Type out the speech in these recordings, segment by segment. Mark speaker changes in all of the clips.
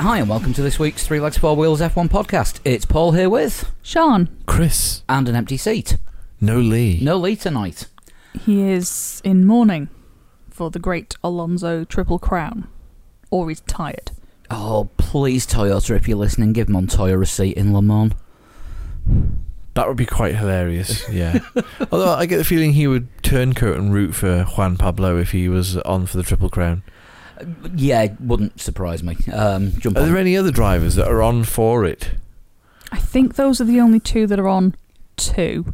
Speaker 1: Hi, and welcome to this week's Three Legs, Four Wheels F1 podcast. It's Paul here with,
Speaker 2: Sean,
Speaker 3: Chris,
Speaker 1: and an empty seat.
Speaker 3: no Lee.
Speaker 1: No Lee tonight.
Speaker 2: he is in mourning for the great Alonso Triple Crown, or he's tired.
Speaker 1: Oh, please, Toyota, if you're listening, give Montoya a seat in Le Mans.
Speaker 3: That would be quite hilarious. Yeah. Although I get the feeling he would turncoat and root for Juan Pablo if he was on for the Triple Crown.
Speaker 1: Yeah, it wouldn't surprise me. Um, jump
Speaker 3: Are
Speaker 1: on.
Speaker 3: there any other drivers that are on for it?
Speaker 2: I think those are the only two that are on two.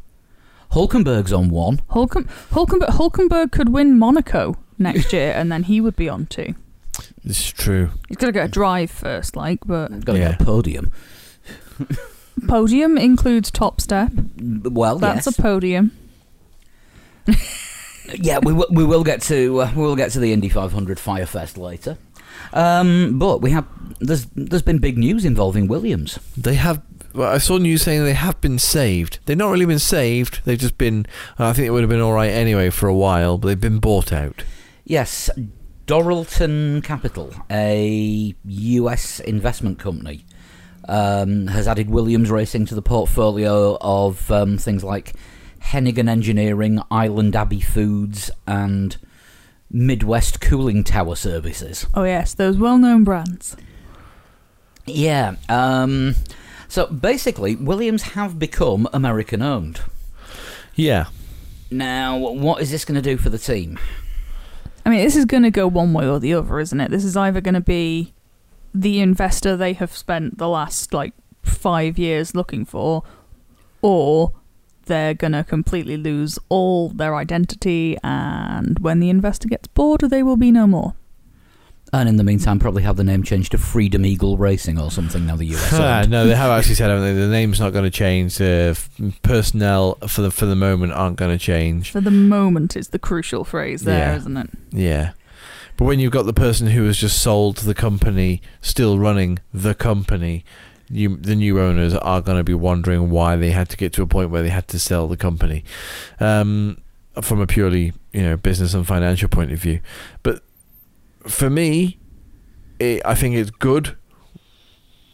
Speaker 1: Hulkenberg's on one.
Speaker 2: Hulken, Hulkenberg, Hulkenberg could win Monaco next year, and then he would be on two.
Speaker 3: It's true.
Speaker 2: He's got to get a drive first, like, but
Speaker 1: Got to get a
Speaker 3: Yeah.
Speaker 1: podium.
Speaker 2: podium includes top step.
Speaker 1: Well,
Speaker 2: That's
Speaker 1: yes.
Speaker 2: a podium.
Speaker 1: yeah, we, w- we will get to uh, we will get to the Indy 500 Firefest later. Um, but we have there's there's been big news involving Williams.
Speaker 3: They have. Well, I saw news saying they have been saved. They've not really been saved. They've just been. I think it would have been all right anyway for a while, but they've been bought out.
Speaker 1: Yes, Doralton Capital, a US investment company, um, has added Williams Racing to the portfolio of um, things like Hennigan Engineering, Island Abbey Foods, and Midwest Cooling Tower Services.
Speaker 2: Oh yes, those well-known brands.
Speaker 1: Yeah. Um, so basically, Williams have become American owned.
Speaker 3: Yeah.
Speaker 1: Now, what is this going to do for the team?
Speaker 2: I mean, this is going to go one way or the other, isn't it? This is either going to be the investor they have spent the last like five years looking for, or they're going to completely lose all their identity. And when the investor gets bored, they will be no more.
Speaker 1: And in the meantime, probably have the name changed to Freedom Eagle Racing or something now the US
Speaker 3: Ah,
Speaker 1: owned.
Speaker 3: no, they have actually said haven't they? the name's not going to change. The f- personnel for the for the moment aren't going to change.
Speaker 2: For the moment, is the crucial phrase there,
Speaker 3: Yeah.
Speaker 2: not it?
Speaker 3: Yeah. But when you've got the person who has just sold the company still running the company, you, the new owners are going to be wondering why they had to get to a point where they had to sell the company, um, from a purely you know business and financial point of view. But for me, it, I think it's good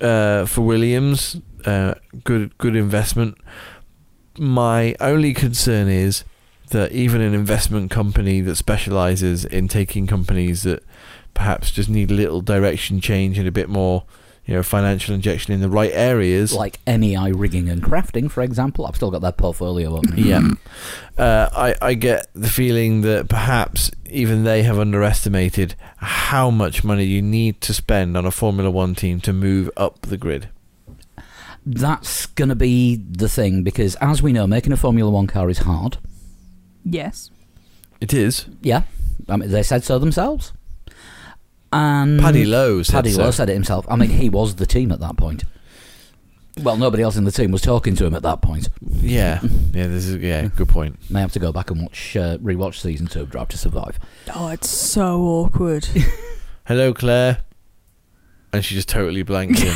Speaker 3: uh, for Williams. Uh, good good investment. My only concern is that even an investment company that specializes in taking companies that perhaps just need a little direction change and a bit more, you know, financial injection in the right areas.
Speaker 1: like MEI rigging and crafting, for example. I've still got their portfolio up.
Speaker 3: yeah. Uh, I, I get the feeling that perhaps even they have underestimated how much money you need to spend on a Formula One team to move up the grid.
Speaker 1: That's going to be the thing because, as we know, making a Formula One car is hard.
Speaker 2: Yes.
Speaker 3: It is.
Speaker 1: Yeah, I mean, they said so themselves. And
Speaker 3: Paddy Lowe said
Speaker 1: Mm. Paddy
Speaker 3: so.
Speaker 1: Lowe said it himself. I mean, he was the team at that point. Well, nobody else in the team was talking to him at that point.
Speaker 3: Yeah. Yeah, this is yeah, good point.
Speaker 1: May have to go back and watch, uh, rewatch season two of Drive to Survive.
Speaker 2: Oh, it's so awkward.
Speaker 3: hello Claire and she just totally blanks him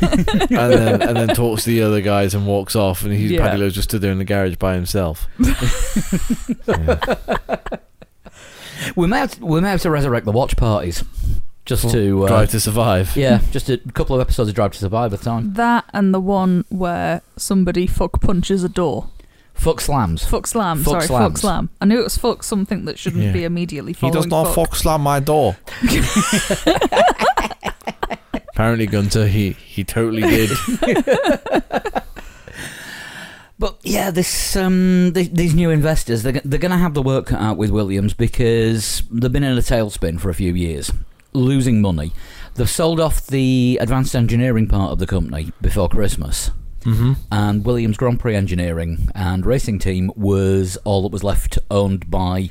Speaker 3: and then and then talks to the other guys and walks off and he's
Speaker 2: Yeah.
Speaker 3: Paddy Lowe's just stood there in the garage by himself Yeah.
Speaker 1: We may have to, we may have to resurrect the watch parties just to uh,
Speaker 3: drive to survive
Speaker 1: yeah, just a couple of episodes of Drive to Survive at a time.
Speaker 2: that and the one where somebody fuck punches a door.
Speaker 1: Fuck slams.
Speaker 2: Fuck slam.
Speaker 1: Fuck
Speaker 2: sorry,
Speaker 1: slams.
Speaker 2: fuck slam. I knew it was fuck something that shouldn't
Speaker 3: Yeah.
Speaker 2: be immediately
Speaker 3: he
Speaker 2: following.
Speaker 3: does not
Speaker 2: fuck.
Speaker 3: fuck slam my door apparently Gunter he he totally did
Speaker 1: But yeah, this um, th- these new investors they're, g- they're going to have the work cut out with Williams because they've been in a tailspin for a few years, losing money. They've sold off the advanced engineering part of the company before Christmas,
Speaker 3: mm-hmm.
Speaker 1: and Williams Grand Prix Engineering and Racing Team was all that was left owned by,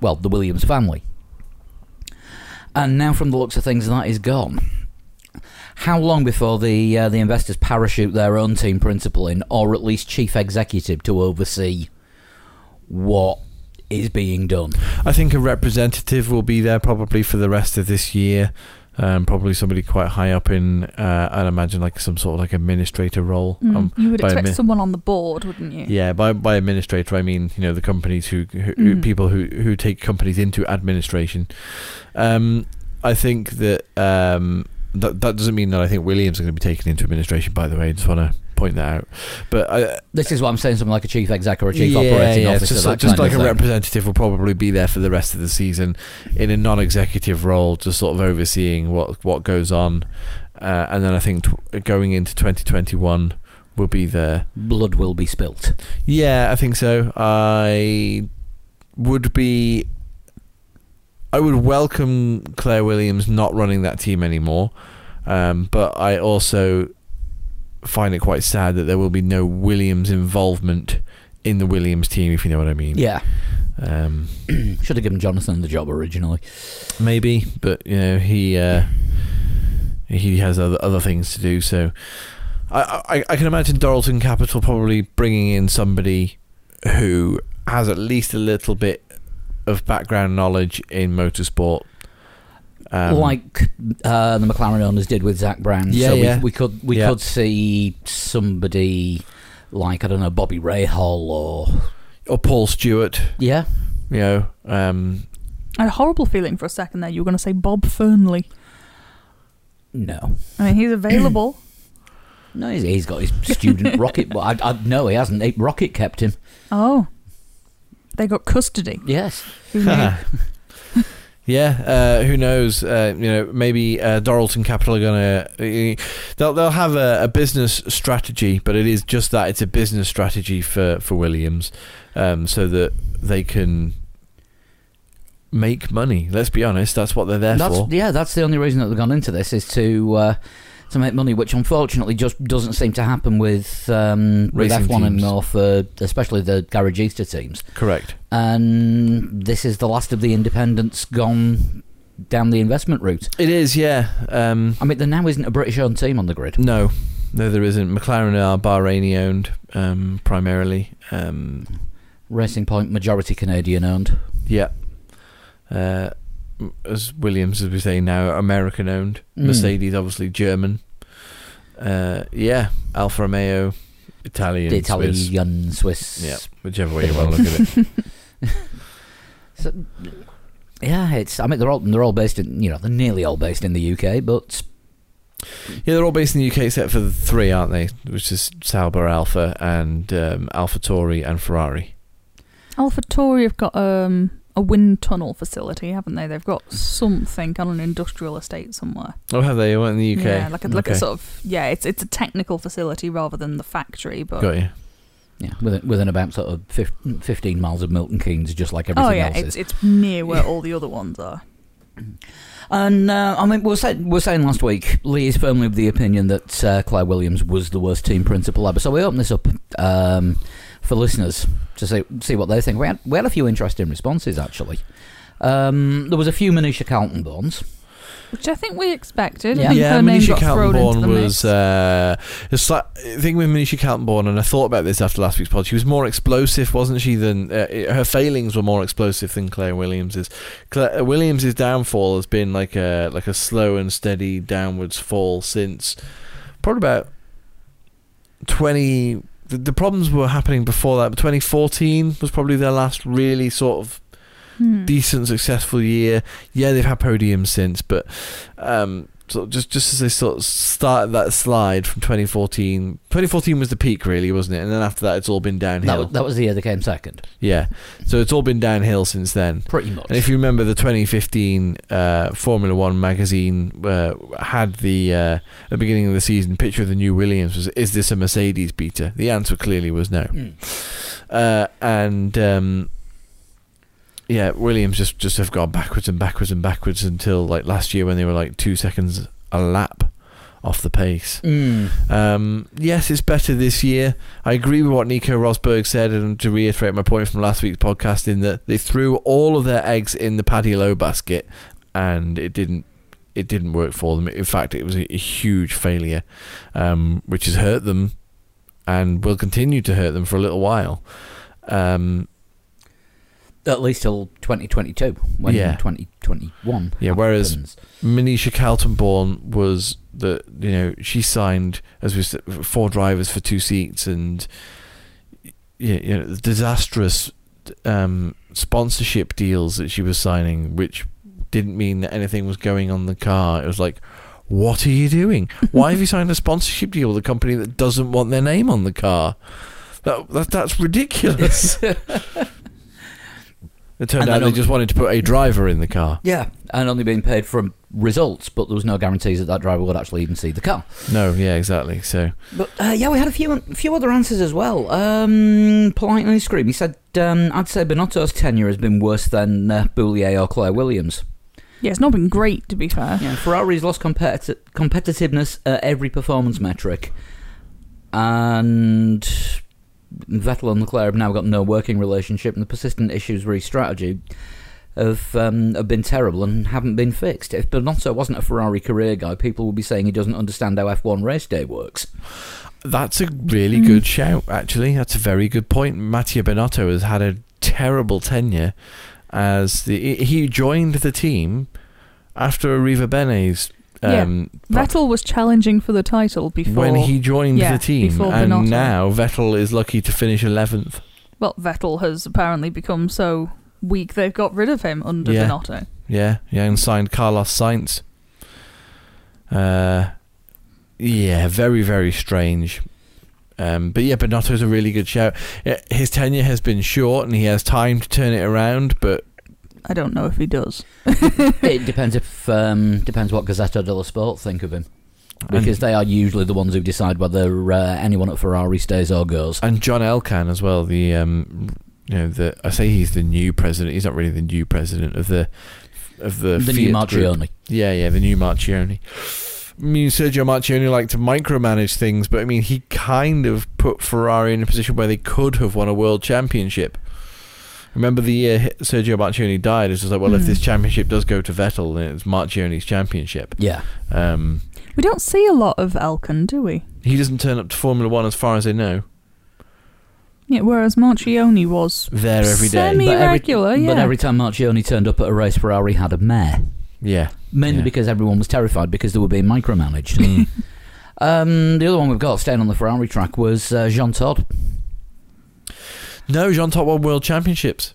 Speaker 1: well, the Williams family. And now, from the looks of things, that is gone. How long before the uh, the investors parachute their own team principal in, or at least chief executive, to oversee what is being done?
Speaker 3: I think a representative will be there probably for the rest of this year um, probably somebody quite high up in uh, I'd imagine like some sort of like administrator role
Speaker 2: Mm,
Speaker 3: um,
Speaker 2: you would
Speaker 3: by
Speaker 2: expect
Speaker 3: mi-
Speaker 2: someone on the board, wouldn't you?
Speaker 3: Yeah, by by administrator I mean you know the companies who, who who-
Speaker 2: Mhm.
Speaker 3: people who who take companies into administration. Um, I think that um, That that doesn't mean that I think Williams are going to be taken into administration. By the way, I just want to point that out. But I,
Speaker 1: This is what I'm saying. Something like a chief exec or a chief operating officer.
Speaker 3: Just,
Speaker 1: that
Speaker 3: like, just
Speaker 1: kind
Speaker 3: like a
Speaker 1: of thing.
Speaker 3: representative will probably be there for the rest of the season in a non-executive role, just sort of overseeing what what goes on. Uh, and then I think t- going into 2021 will be there.
Speaker 1: Blood will be spilt.
Speaker 3: Yeah, I think so. I would be. I would welcome Claire Williams not running that team anymore, um, but I also find it quite sad that there will be no Williams involvement in the Williams team, if you know what I mean.
Speaker 1: Yeah,
Speaker 3: Um,
Speaker 1: should have given Jonathan the job originally.
Speaker 3: maybe, but you know he uh, he has other other things to do. So I, I I can imagine Doralton Capital probably bringing in somebody who has at least a little bit of background knowledge in motorsport. Um,
Speaker 1: like uh, the McLaren owners did with Zach Brown.
Speaker 3: Yeah,
Speaker 1: so we,
Speaker 3: yeah.
Speaker 1: we could we
Speaker 3: Yeah.
Speaker 1: could see somebody like I don't know Bobby Rahal or
Speaker 3: or Paul Stewart,
Speaker 1: yeah.
Speaker 3: you know. Um,
Speaker 2: I had a horrible feeling for a second there. You were going to say Bob Fernley.
Speaker 1: No,
Speaker 2: I mean, he's available.
Speaker 1: no, he's, he's got his student rocket. But I, I no, he hasn't. He- Rocket kept him.
Speaker 2: oh, they got custody.
Speaker 1: Yes,
Speaker 2: Who knew?
Speaker 3: Yeah, uh, who knows? Uh, you know, maybe uh, Doralton Capital are gonna uh, they'll they'll have a, a business strategy, but it is just that it's a business strategy for for Williams, um, so that they can make money. Let's be honest, that's what they're there
Speaker 1: that's,
Speaker 3: for.
Speaker 1: yeah. That's the only reason that they've gone into this is to uh, to make money, which unfortunately just doesn't seem to happen with um, with
Speaker 3: Racing
Speaker 1: F one
Speaker 3: teams.
Speaker 1: anymore for especially the Garage Easter teams.
Speaker 3: Correct.
Speaker 1: and this is the last of the independents gone down the investment route.
Speaker 3: It is. Yeah. Um,
Speaker 1: I mean, there now isn't a British-owned team on the grid.
Speaker 3: no, no, there isn't. McLaren are Bahraini owned um, primarily. Um,
Speaker 1: Racing Point, majority Canadian-owned.
Speaker 3: Yeah. Uh, m- as Williams, as we say now, American owned.
Speaker 1: Mm.
Speaker 3: Mercedes, obviously German. Uh, yeah, Alfa Romeo, Italian,
Speaker 1: The Italian,
Speaker 3: Swiss.
Speaker 1: Swiss.
Speaker 3: Yeah, whichever way you want to look at it.
Speaker 1: So, yeah, it's. I mean, they're all they're all based in you know they're nearly all based in the UK, but
Speaker 3: Yeah, they're all based in the UK except for the three, aren't they? Which is Sauber, Alfa, and um, Alfa Tori and Ferrari.
Speaker 2: AlphaTauri have got um, a wind tunnel facility, haven't they? They've got something on an industrial estate somewhere.
Speaker 3: Oh, have they? They weren't in the UK.
Speaker 2: Yeah, like a, like a
Speaker 3: Okay.
Speaker 2: sort of yeah, it's it's a technical facility rather than the factory, but
Speaker 3: Got you.
Speaker 1: yeah, within, within about sort of fif- fifteen miles of Milton Keynes, just like everything
Speaker 2: oh yeah,
Speaker 1: else is.
Speaker 2: it's it's near where all the other ones are.
Speaker 1: And uh, I mean, we were, say, we were saying last week, Lee is firmly of the opinion that uh, Claire Williams was the worst team principal ever. So we open this up um, for listeners to see, see what they think. We had, we had a few interesting responses, actually. Um, there was a few Manisha Carlton Bournes.
Speaker 2: Which I think we expected. I
Speaker 1: Yeah.
Speaker 2: think
Speaker 3: yeah,
Speaker 2: her name
Speaker 3: Manisha
Speaker 2: got thrown into
Speaker 3: Kaltenborn
Speaker 2: the
Speaker 3: was
Speaker 2: mix.
Speaker 3: uh, the sli- thing with Manisha Kaltenborn, and I thought about this after last week's pod. She was more explosive, wasn't she? Than uh, it- her failings were more explosive than Claire Williams's. Claire, uh, Williams's downfall has been like a like a slow and steady downwards fall since probably about twenty. The, the problems were happening before that, but 2014 was probably their last really sort of
Speaker 2: Hmm.
Speaker 3: decent, successful year. Yeah, they've had podiums since, but um, sort of just just as they sort of started that slide from 2014, 2014 was the peak, really, wasn't it? And then after that, it's all been
Speaker 1: That,
Speaker 3: downhill.
Speaker 1: was- that was the year they came second,
Speaker 3: yeah, so it's all been downhill since then.
Speaker 1: pretty much.
Speaker 3: And if you remember, the 2015 uh, Formula One magazine uh, had the uh, at the beginning of the season picture of the new Williams was is this a Mercedes beater? The answer clearly was no
Speaker 1: Mm.
Speaker 3: uh, and um, yeah, Williams just just have gone backwards and backwards and backwards until like last year when they were like two seconds a lap off the pace.
Speaker 1: Mm.
Speaker 3: Um, yes, it's better this year. I agree with what Nico Rosberg said, and to reiterate my point from last week's podcast, in that they threw all of their eggs in the Paddy Lowe basket, and it didn't. It didn't work for them. In fact, it was a, a huge failure, um, which has hurt them, and will continue to hurt them for a little while. Um,
Speaker 1: At least till 2022, when
Speaker 3: Yeah.
Speaker 1: 2021
Speaker 3: Yeah, whereas-
Speaker 1: happens.
Speaker 3: Manisha Kaltenborn was the you know she signed as we said four drivers for two seats and y- you know the disastrous um, sponsorship deals that she was signing, which didn't mean that anything was going on the car. It was like What are you doing? Why have you signed a sponsorship deal with a company that doesn't want their name on the car? That, that that's ridiculous. it turned
Speaker 1: And
Speaker 3: out
Speaker 1: then
Speaker 3: they
Speaker 1: on-
Speaker 3: just wanted to put a driver in the car.
Speaker 1: Yeah, and only being paid from results, but there was no guarantees that that driver would actually even see the car.
Speaker 3: No, yeah, exactly. So
Speaker 1: But uh, yeah, we had a few a few other answers as well. Um, Polite ice cream. He said, um, "I'd say Benotto's tenure has been worse than uh, Boulier or Claire Williams.
Speaker 2: Yeah, it's not been great, to be fair.
Speaker 1: Yeah, Ferrari's lost competi- competitiveness at every performance metric, and Vettel and Leclerc have now got no working relationship, and the persistent issues with his strategy have um, have been terrible and haven't been fixed. If Benotto wasn't a Ferrari career guy, people would be saying he doesn't understand how F1 race day works."
Speaker 3: that's a really
Speaker 2: Mm.
Speaker 3: good shout. Actually, that's a very good point. Mattia Benotto has had a terrible tenure as the he- he joined the team after Arriva Bene's.
Speaker 2: Yeah.
Speaker 3: Um, pra-
Speaker 2: Vettel was challenging for the title before.
Speaker 3: when he joined
Speaker 2: yeah,
Speaker 3: the team,
Speaker 2: before
Speaker 3: and
Speaker 2: Benotto.
Speaker 3: now Vettel is lucky to finish eleventh.
Speaker 2: Well, Vettel has apparently become so weak they've got rid of him under
Speaker 3: Yeah.
Speaker 2: Benotto.
Speaker 3: Yeah, yeah, and signed Carlos Sainz. Uh, yeah, very very strange. Um, but yeah, Benotto's a really good shout. Yeah, His tenure has been short, and he has time to turn it around. But
Speaker 2: I don't know if he does.
Speaker 1: it depends if um, depends what Gazzetta dello Sport think of him
Speaker 3: and-
Speaker 1: because they are usually the ones who decide whether uh, anyone at Ferrari stays or goes.
Speaker 3: and John Elkan as well. The um, you know, the I say he's the new president. He's not really the new president of the of the
Speaker 1: The new
Speaker 3: Fiat group.
Speaker 1: Marchioni.
Speaker 3: Yeah, yeah, the new Marchioni. I mean, Sergio Marchioni liked to micromanage things, but I mean, he kind of put Ferrari in a position where they could have won a world championship. Remember the year H- Sergio Marchioni died? It's just like, well, if
Speaker 2: Hmm.
Speaker 3: this championship does go to Vettel, then it's Marchioni's championship.
Speaker 1: Yeah,
Speaker 3: Um,
Speaker 2: We don't see a lot of Elkin, do we?
Speaker 3: he doesn't turn up to Formula One, as far as I know.
Speaker 2: Yeah, whereas Marchione was
Speaker 3: There every day.
Speaker 2: Semi- Be
Speaker 1: but every,
Speaker 2: regular, yeah.
Speaker 1: but every time Marchioni turned up at a race, Ferrari had a mare,
Speaker 3: yeah.
Speaker 1: mainly
Speaker 3: Yeah.
Speaker 1: because everyone was terrified because they were being micromanaged.
Speaker 2: Hmm.
Speaker 3: Mm.
Speaker 1: um, the other one we've got staying on the Ferrari track was uh, Jean Todt,
Speaker 3: no, Jean Top won world championships.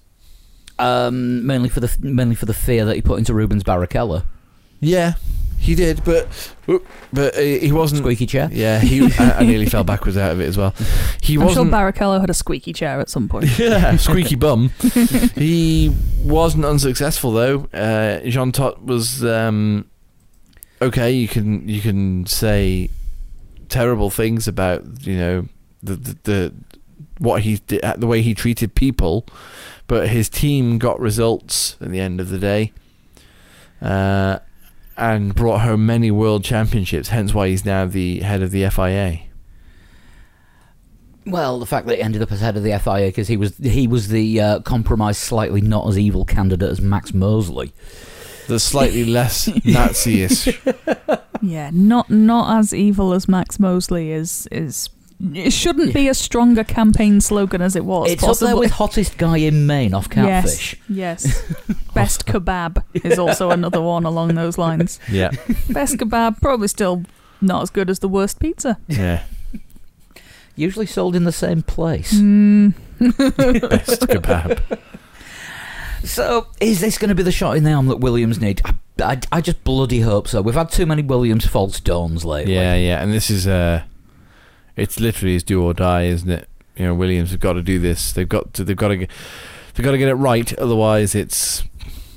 Speaker 1: um, mainly for the mainly for the fear that he put into Rubens Barrichello.
Speaker 3: Yeah, he did, but but uh, he wasn't.
Speaker 1: Squeaky chair.
Speaker 3: Yeah, he. I, I nearly fell backwards out of it as well. He
Speaker 2: I'm sure
Speaker 3: wasn't.
Speaker 2: Barrichello had a squeaky chair at some point.
Speaker 3: yeah, squeaky bum. he wasn't unsuccessful though. Uh, Jean Tot was um, okay. You can you can say terrible things about you know the the, the what he did, the way he treated people, but his team got results at the end of the day, uh, and brought home many world championships. Hence why he's now the head of the FIA.
Speaker 1: Well, the fact that he ended up as head of the FIA because he was he was the uh, compromised, slightly not as evil candidate as Max Mosley.
Speaker 3: The slightly less Nazi-ish
Speaker 2: yeah, not not as evil as Max Mosley is is. It shouldn't be a stronger campaign slogan as it was.
Speaker 1: it's up there
Speaker 2: Possibly-
Speaker 1: with hottest guy in Maine off Catfish.
Speaker 2: Yes. yes. Best kebab is also another one along those lines.
Speaker 3: Yeah,
Speaker 2: Best kebab, probably still not as good as the worst pizza.
Speaker 3: yeah.
Speaker 1: Usually sold in the same place.
Speaker 2: Mm.
Speaker 3: Best kebab.
Speaker 1: So, is this going to be the shot in the arm that Williams need? I, I, I just bloody hope so. We've had too many Williams false dawns lately.
Speaker 3: Yeah, yeah. And this is uh it's literally his do or die, isn't it? You know, Williams have got to do this. They've got to. They've got to. get- They've got to get it right. Otherwise, it's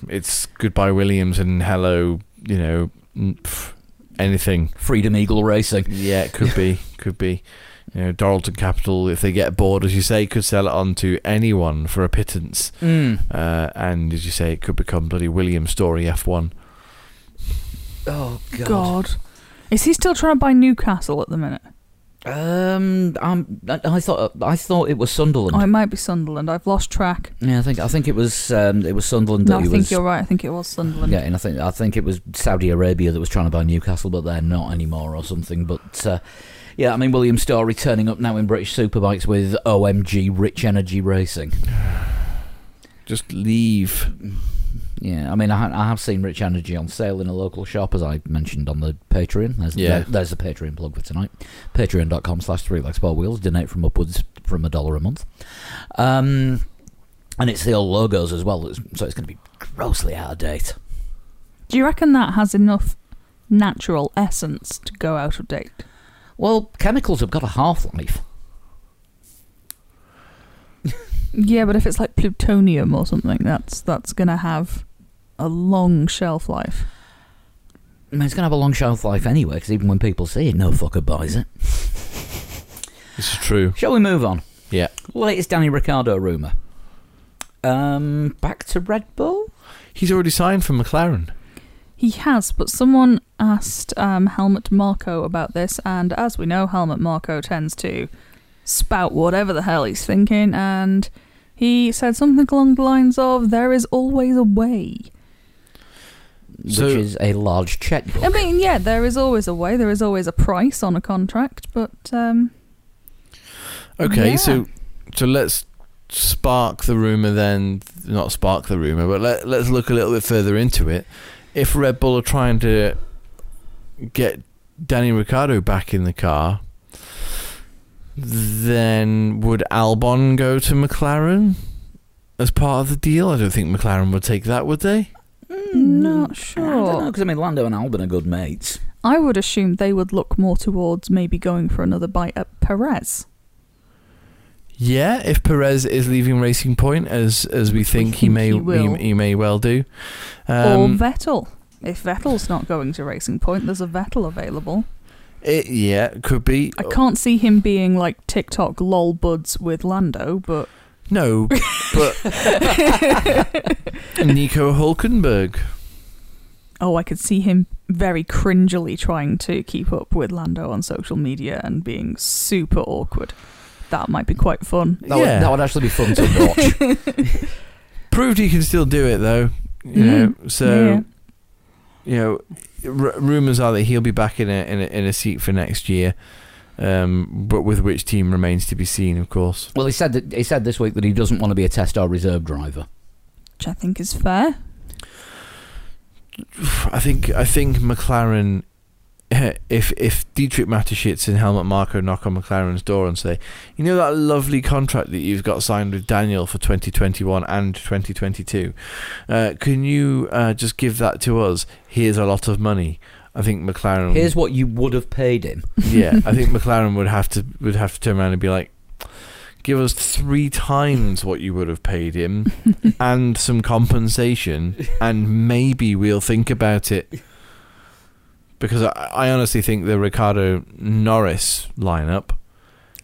Speaker 3: it's goodbye Williams and hello. You know, n- pff, anything.
Speaker 1: Freedom Eagle Racing.
Speaker 3: Yeah, it could be. Could be. You know, Doralton Capital, if they get bored, as you say, could sell it on to anyone for a pittance.
Speaker 1: Mm.
Speaker 3: Uh, and as you say, it could become bloody Williams story F1.
Speaker 1: Oh, God.
Speaker 2: God. Is he still trying to buy Newcastle at the minute?
Speaker 1: Um, I'm, I, I thought I thought it was Sunderland.
Speaker 2: Oh, it might be Sunderland. I've lost track.
Speaker 1: yeah, I think I think it was um, it was Sunderland
Speaker 2: No,
Speaker 1: that
Speaker 2: I
Speaker 1: he
Speaker 2: think
Speaker 1: was
Speaker 2: you're right. I think it was Sunderland.
Speaker 1: Yeah, and I think I think it was Saudi Arabia that was trying to buy Newcastle, but they're not anymore or something. But uh, yeah, I mean William Story turning up now in British Superbikes with OMG Rich Energy Racing.
Speaker 3: Just leave.
Speaker 1: Yeah, I mean I, ha- I have seen Rich Energy on sale in a local shop as I mentioned on the Patreon. There's
Speaker 3: Yeah.
Speaker 1: there- there's the Patreon plug for tonight. Patreon.com/slash Three Legs Four Wheels. Donate from upwards from a dollar a month. Um, and it's the old logos as well, it's- so it's going to be grossly out of date.
Speaker 2: Do you reckon that has enough natural essence to go out of date.
Speaker 1: Well, chemicals have got a half life.
Speaker 2: Yeah, but if it's like plutonium or something, that's that's gonna have a long shelf life.
Speaker 1: I mean, it's going to have a long shelf life anyway, because even when people see it, no fucker buys it.
Speaker 3: This is true.
Speaker 1: Shall we move on?
Speaker 3: Yeah.
Speaker 1: Latest Danny Ricardo rumour. Um, back to Red Bull?
Speaker 3: He's already signed for McLaren.
Speaker 2: He has, but someone asked um, Helmut Marko about this, and as we know, Helmut Marko tends to spout whatever the hell he's thinking, and he said something along the lines of, There is always a way.
Speaker 3: So-
Speaker 1: which is a large checkbook.
Speaker 2: I mean, yeah, there is always a way, there is always a price on a contract, but um,
Speaker 3: Okay,
Speaker 2: Yeah.
Speaker 3: so so let's spark the rumor then not spark the rumor, but let let's look a little bit further into it. If Red Bull are trying to get Danny Ricciardo back in the car, then would Albon go to McLaren as part of the deal? I don't think McLaren would take that, would they?
Speaker 1: Hmm, I
Speaker 2: not
Speaker 1: don't know,
Speaker 2: sure.
Speaker 1: because I mean, Lando and Albon are good mates.
Speaker 2: I would assume they would look more towards maybe going for another bite at Perez.
Speaker 3: Yeah, if Perez is leaving Racing Point as as we think, he
Speaker 2: think
Speaker 3: may
Speaker 2: he will.
Speaker 3: he, may well do.
Speaker 2: or
Speaker 3: Um,
Speaker 2: Vettel. If Vettel's not going to Racing Point, there's a Vettel available.
Speaker 3: it, yeah, could be. uh,
Speaker 2: I can't see him being like TikTok lol buds with Lando, but
Speaker 3: No, but Nico Hulkenberg.
Speaker 2: oh, I could see him very cringily trying to keep up with Lando on social media and being super awkward. That might be quite fun.
Speaker 1: That,
Speaker 3: Yeah.
Speaker 1: would, that would actually be fun to watch.
Speaker 3: Proved he can still do it though.
Speaker 2: Mm,
Speaker 3: You know, so you know, r- rumors are that he'll be back in a, in a in a seat for next year, um, but with which team remains to be seen, of course.
Speaker 1: well, he said that he said this week that he doesn't want to be a test or reserve driver.
Speaker 2: which I think is fair.
Speaker 3: I think I think McLaren. eh, If if Dietrich Mateschitz and Helmut Marko knock on McLaren's door and say, you know that lovely contract that you've got signed with Daniel for 2021 and 2022, uh, can you uh, just give that to us? Here's a lot of money. I think McLaren.
Speaker 1: Here's what you would have paid him.
Speaker 3: yeah, I think McLaren would have to would have to turn around and be like, give us three times what you would have paid him, and some compensation, and maybe we'll think about it. Because I, I honestly think the Ricardo Norris lineup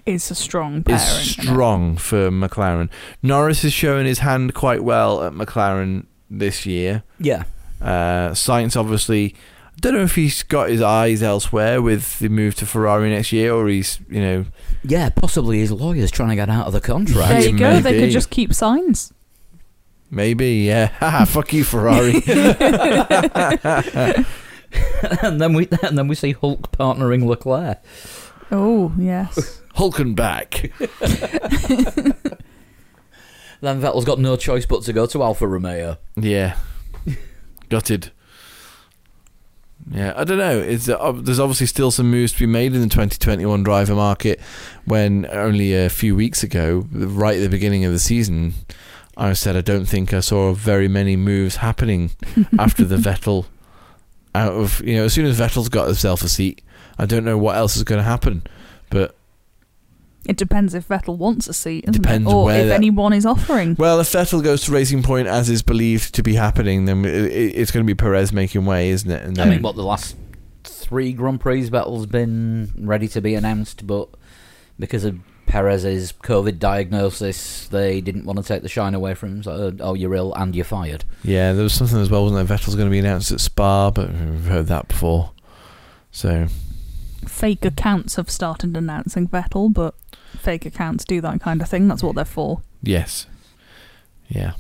Speaker 2: It's a strong pairing.
Speaker 3: is strong for McLaren. Norris is showing his hand quite well at McLaren this year.
Speaker 1: Yeah.
Speaker 3: Uh, Science obviously. I don't know if he's got his eyes elsewhere with the move to Ferrari next year, or he's you know
Speaker 1: Yeah, possibly his lawyer's trying to get out of the contract.
Speaker 2: There you go. They could
Speaker 3: Maybe.
Speaker 2: just keep signs.
Speaker 3: maybe yeah. Haha, Fuck you, Ferrari.
Speaker 1: and then we and then we see Hulk partnering Leclerc.
Speaker 2: Oh yes.
Speaker 3: Hulking back.
Speaker 1: Then Vettel's got no choice but to go to Alfa Romeo.
Speaker 3: Yeah, gutted. Yeah, I don't know. It's uh, ob- there's obviously still some moves to be made in the 2021 driver market. When only a few weeks ago, right at the beginning of the season, I said I don't think I saw very many moves happening after the Vettel out of you know as soon as Vettel's got himself a seat, I don't know what else is going to happen. But
Speaker 2: It depends if Vettel wants a seat, doesn't
Speaker 3: Depends
Speaker 2: it? or
Speaker 3: where
Speaker 2: if
Speaker 3: that-
Speaker 2: anyone is offering.
Speaker 3: well, if Vettel goes to Racing Point as is believed to be happening, then it, it- it's going to be Perez making way, isn't it? And
Speaker 1: I mean,
Speaker 3: then-
Speaker 1: what the last three Grand Prix Vettel's been ready to be announced, but because of Perez's COVID diagnosis, they didn't want to take the shine away from him. So, oh, you're ill and you're fired.
Speaker 3: Yeah, there was something as well, wasn't there? Vettel's going to be announced at Spa, but we've heard that before. So
Speaker 2: Fake accounts have started announcing Vettel, but fake accounts do that kind of thing. That's what they're for.
Speaker 3: yes, yeah,